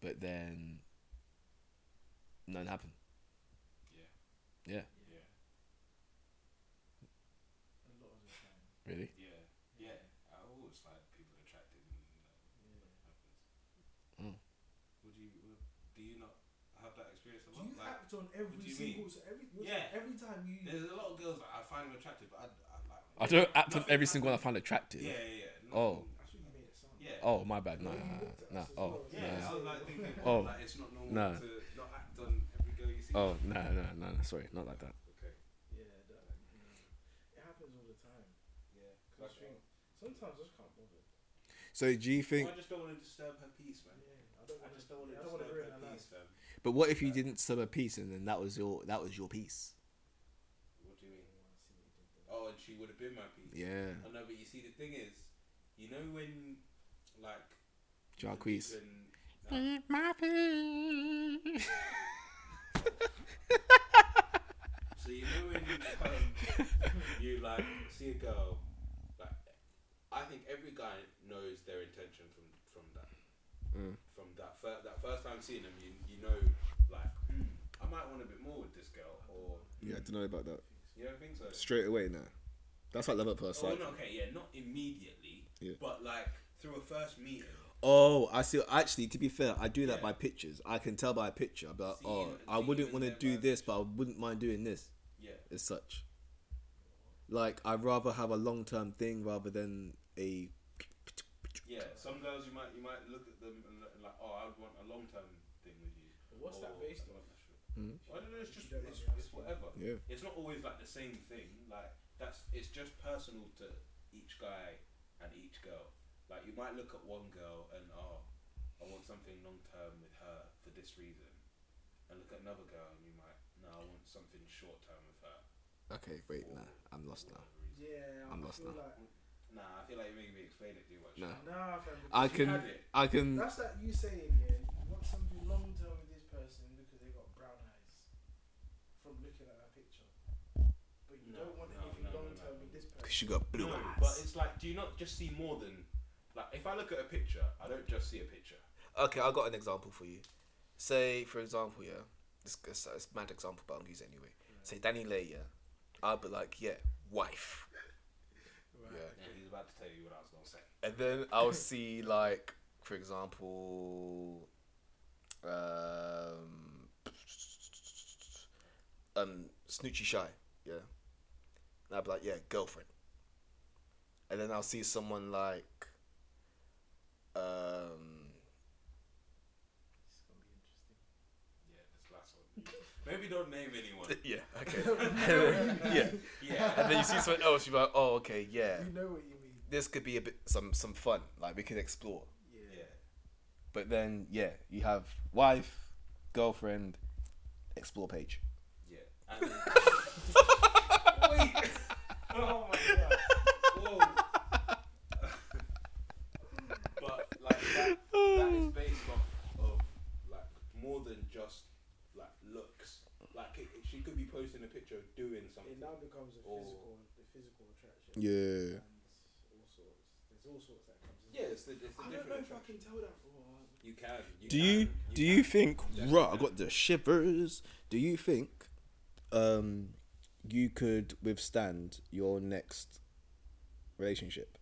but then none happened? Yeah. Yeah, Yeah. A lot of the time. Really? yeah, yeah. I always find people attractive. And, Yeah. Mm. Would you? Would, do you not have that experience a Do lot? you like, act on every do you single mean? so every what's- Yeah. every time you There's a lot of girls that I find them attractive, but I, I like. I don't act on Nothing every single one I happened. find attractive. Yeah, yeah, yeah. Oh. nothing- that's what you made it sound. Yeah. Oh my bad. No, No, you no, no, looked at no. us as Oh, well. Yeah, no. I was like thinking, Oh. like, it's not normal No. to not act on every girl you see. Oh no, no, no, no. Sorry, not like that. Okay. Yeah, that, yeah. It happens all the time. Yeah. 'Cause Like, I think sometimes I just can't bother. So do you think? Oh, I just don't want to disturb her peace, man. Yeah, I don't I want just don't want yeah, to I don't want to disturb ruin her her life. peace, fam. But what if you didn't sub a piece and then that was your that was your piece? What do you mean? Oh, I see what you did there. Oh, and she would have been my peace. Yeah, I know, but you see, the thing is, you know when, like, Jarquees. when- no, my piece. So you know when um, you like see a girl, like I think every guy knows their intention from from that Mm. from that fir- that first time seeing them. You you know like hmm, I might want a bit more with this girl, or Yeah, I don't know about that. you don't think so? Straight away now. That's like love at first Oh, sight. no, okay, yeah, not immediately, Yeah. but like through a first meeting. Oh, I see. Actually, to be fair, I do that by pictures. I can tell by a picture. I'll be like, See, oh, even- I see, wouldn't even want to then do by this, but I wouldn't mind doing this Yeah. as such. Like, I'd rather have a long term thing rather than a. Yeah, some girls you might you might look at them and look- and like, oh, I would want a long term thing with you. What's that Or- based on? Oh, I want that shit. Hmm? I don't know. It's just You don't it's, like it's whatever. Yeah. It's not always like the same thing. Like that's it's just personal to each guy and each girl. Like you might look at one girl and oh, I want something long term with her for this reason, and look at another girl and you might no, I want something short term with her. Okay, wait, nah. I'm lost now. Yeah, I'm I lost feel now. Like, Nah, I feel like you're making me explain it too much. No. nah, fam, I because She can. had it. I can. That's like you saying, yeah, you want something long term with this person because they got brown eyes from looking at that picture. But you No, don't want no, anything no, no, long no. term with this person. She got blue No, eyes. but it's like, do you not just see more than like if I look at a picture, I don't just see a picture. Okay, I got an example for you. Say, for example, yeah, this it's, it's a mad example, but I'm gonna use it anyway. Say Danny Lay, yeah, I'll be like, yeah, wife, yeah, Yeah, he's about to tell you what I was gonna say. and then I'll see like, for example, um, um, Snoochie Shy, yeah, and I'll be like, yeah, girlfriend, and then I'll see someone like, um, It's gonna be interesting. Yeah, this last one. Maybe don't name anyone. yeah, okay, yeah. yeah. and then you see something else, you're like, oh, okay, yeah, You know what you mean. this could be a bit some some fun. Like we can explore. Yeah. Yeah. But then, yeah, you have wife, girlfriend, explore page. Yeah. And then, Oh my god. whoa. but like that, that is based off of like more than just like looks. Like it, she could be posting a picture of doing something. It now becomes a Or- physical, the physical attraction. Yeah. And all sorts. There's all sorts that comes. Yeah, it's the, it's the I don't know different. if I can attraction. tell that from. You can. You Do can, you do you can. think raw? I got the shivers. Do you think um you could withstand your next relationship?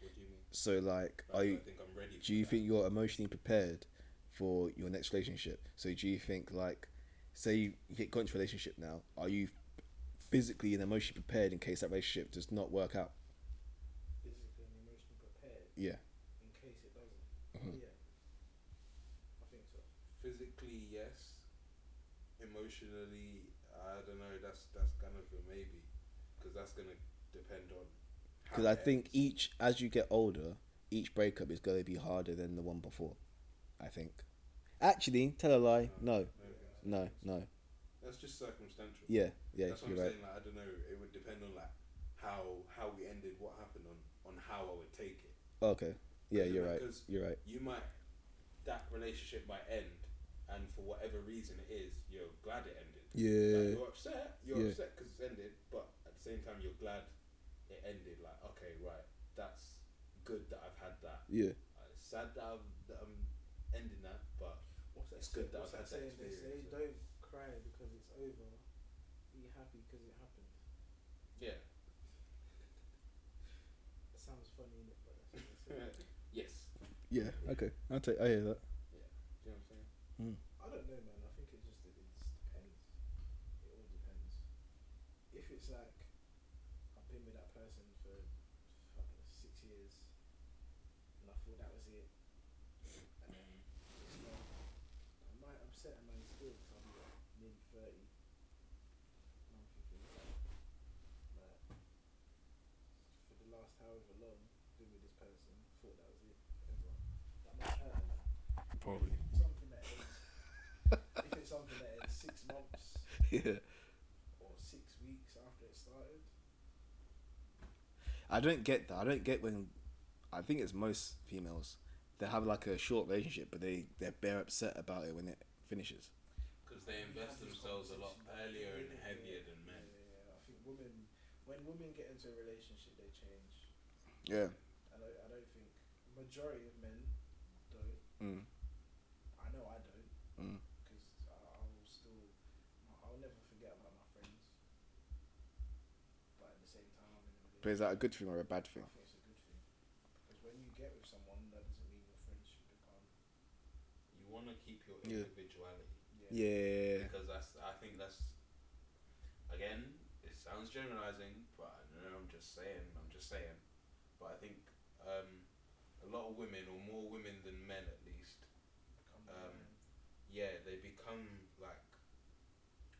What do you mean? So like, I are you, don't think I'm ready. for do you that. think you're emotionally prepared for your next relationship? So do you think like, say you get gone into a relationship now, are you physically and emotionally prepared in case that relationship does not work out? Physically and emotionally prepared Yeah. in case it doesn't. Mhm. Yeah. I think so. physically yes emotionally i don't know that's that's kind of a maybe because that's gonna depend on how Because I it think ends. each as you get older, each breakup is going to be harder than the one before. I think. Actually, tell a lie. No, no, no. that's just circumstantial Yeah, yeah, that's what i'm you're right. saying like, i don't know it would depend on like how how we ended what happened on on how i would take it okay, yeah, you're right. Because- You're right. you might that relationship might end and for whatever reason it is you're glad it ended Yeah, Like, you're upset. You're Yeah. upset 'cause it's ended, but at the same time, you're glad it ended. Like, okay, right, that's good that I've had that. yeah, Uh, it's sad that I'm, that I'm ending that, but What's that It's good say- that what's I've that had that saying they say? experience, yeah. Don't cry because it's over. Be happy because it happened. yeah, It sounds funny, innit? But that's what they say. yes. yeah. Okay, I'll take. I hear that. Do you know what I'm saying? I don't know, man. I think it just it just depends. It all depends. If it's like I've been with that person for I don't know, six years, and I thought that was it, and then it's not. I might upset a man still because I'm like mid thirty. And I'm thinking, like, for the last however long, been with this person, thought that was it. Ever. That might hurt. a man. Probably. Something that ends. if it's something that ends six months Yeah. or six weeks after it started, I don't get that. I don't get when. I think it's most females. They have like a short relationship, but they they're bare upset about it when it finishes. Because they we invest have this themselves a lot conversation. earlier and Yeah, heavier than yeah, men. Yeah, yeah. I think women, when women get into a relationship, they change. Yeah. I don't, I don't think majority of men don't. Mm. I know I don't Mm. because I'll still, I'll never forget about my friends. But at the same time, I'm in a But is that a good thing or a bad thing? I think it's a good thing. Because when you get with someone, that doesn't mean your friends your Yeah. individuality. Yeah. Because that's, I think that's, again, it sounds generalizing, but I don't know, I'm just saying, I'm just saying. But I think um, a lot of women, or more women than men at least, um, yeah, they become like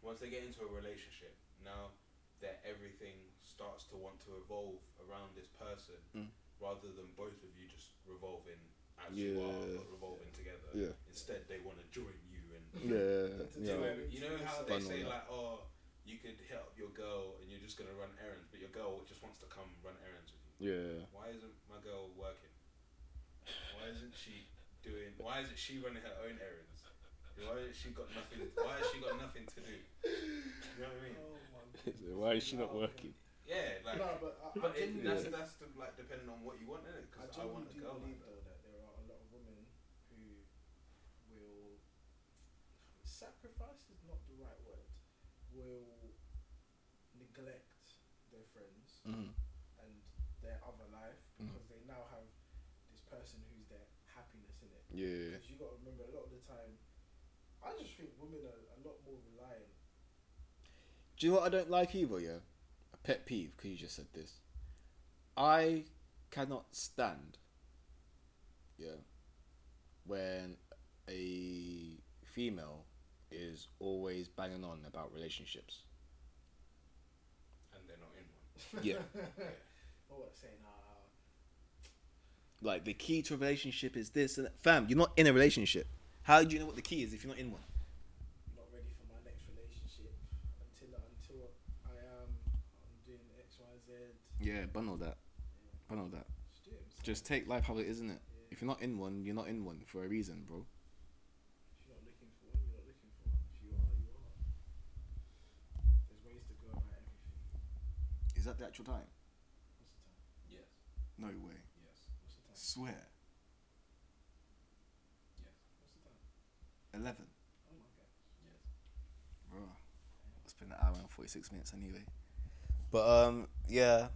once they get into a relationship, now their everything starts to want to revolve around this person Mm. rather than both of you just revolving as you are, Yeah. but revolving together. Yeah. Instead, they want to join you and Yeah. you know, Yeah. you know how Done they all say that. like, oh, you could hit up your girl and you're just gonna run errands, but your girl just wants to come run errands with you Yeah. why isn't my girl working? Why isn't she doing? Why isn't she running her own errands? Why has she got nothing? Why has she got nothing to do? You know what I mean? Oh my god. Why is she not working? Yeah, like, No, but I, but I it, genuinely, that's that's the, like depending on what you want, isn't I it? Because I, genuinely want a do girl believe like that. though that there are a lot of women who will sacrifice is not the right word. Will neglect their friends Mm. and their other life Mm-hmm. because they now have this person who's their happiness in it. Yeah. Because you got to remember, a lot of the time, I just think women are a lot more reliant. Do you know what I don't like either? Yeah, a pet peeve. Because you just said this, I cannot stand. Yeah, when a female is always banging on about relationships. and they're not in one. Yeah. or what, saying, ah, Like the key to a relationship is this and that. fam. You're not in a relationship. How do you know what the key is if you're not in one? I'm not ready for my next relationship until until I am I'm doing X, Y, Z. Yeah, bundle that. Bundle that. Just do it. himself. Just take life how it is, isn't it? Yeah. If you're not in one, you're not in one for a reason, bro. If you're not looking for one, you're not looking for one. If you are, you are. There's ways to go about everything. Is that the actual time? What's the time? Yes, No way. yes, What's the time? Swear. yes, What's the time? Eleven. Oh my god. yes. Bro, it's been an hour and forty six minutes anyway. But um, yeah,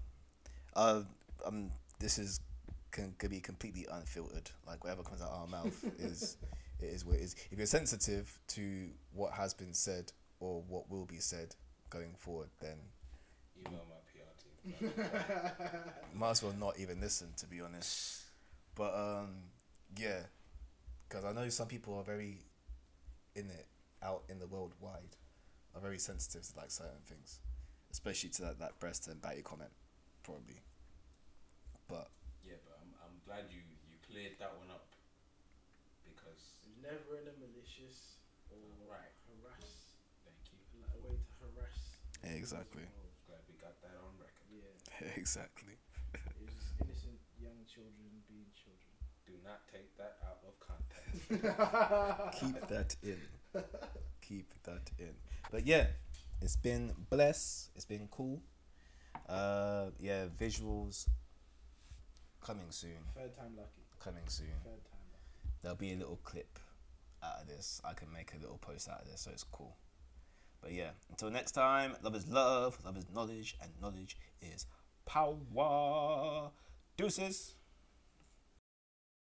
uh, um, this is can could be completely unfiltered. Like whatever comes out our mouth is it is what it is. If you're sensitive to what has been said or what will be said going forward, then Email my PR team. might as well not even listen to be honest. But um, yeah, because I know some people are very in it out in the world wide are very sensitive to like certain things, especially to that, that breast and batty comment, probably. But yeah, but I'm I'm glad you you cleared that one up because There's never in a malicious or Right. harass thank you. like a way to harass. Yeah, exactly. involved. Glad we got that on record. Yeah. exactly. It was just innocent young children being children. Do not take that out of context. Keep that in. Keep that in. But yeah, it's been bless. It's been cool. Uh, yeah, visuals coming soon. Third time lucky. Coming soon. Third time lucky. There'll be a little clip out of this. I can make a little post out of this, so it's cool. But yeah, until next time, love is love, love is knowledge, and knowledge is power. Deuces.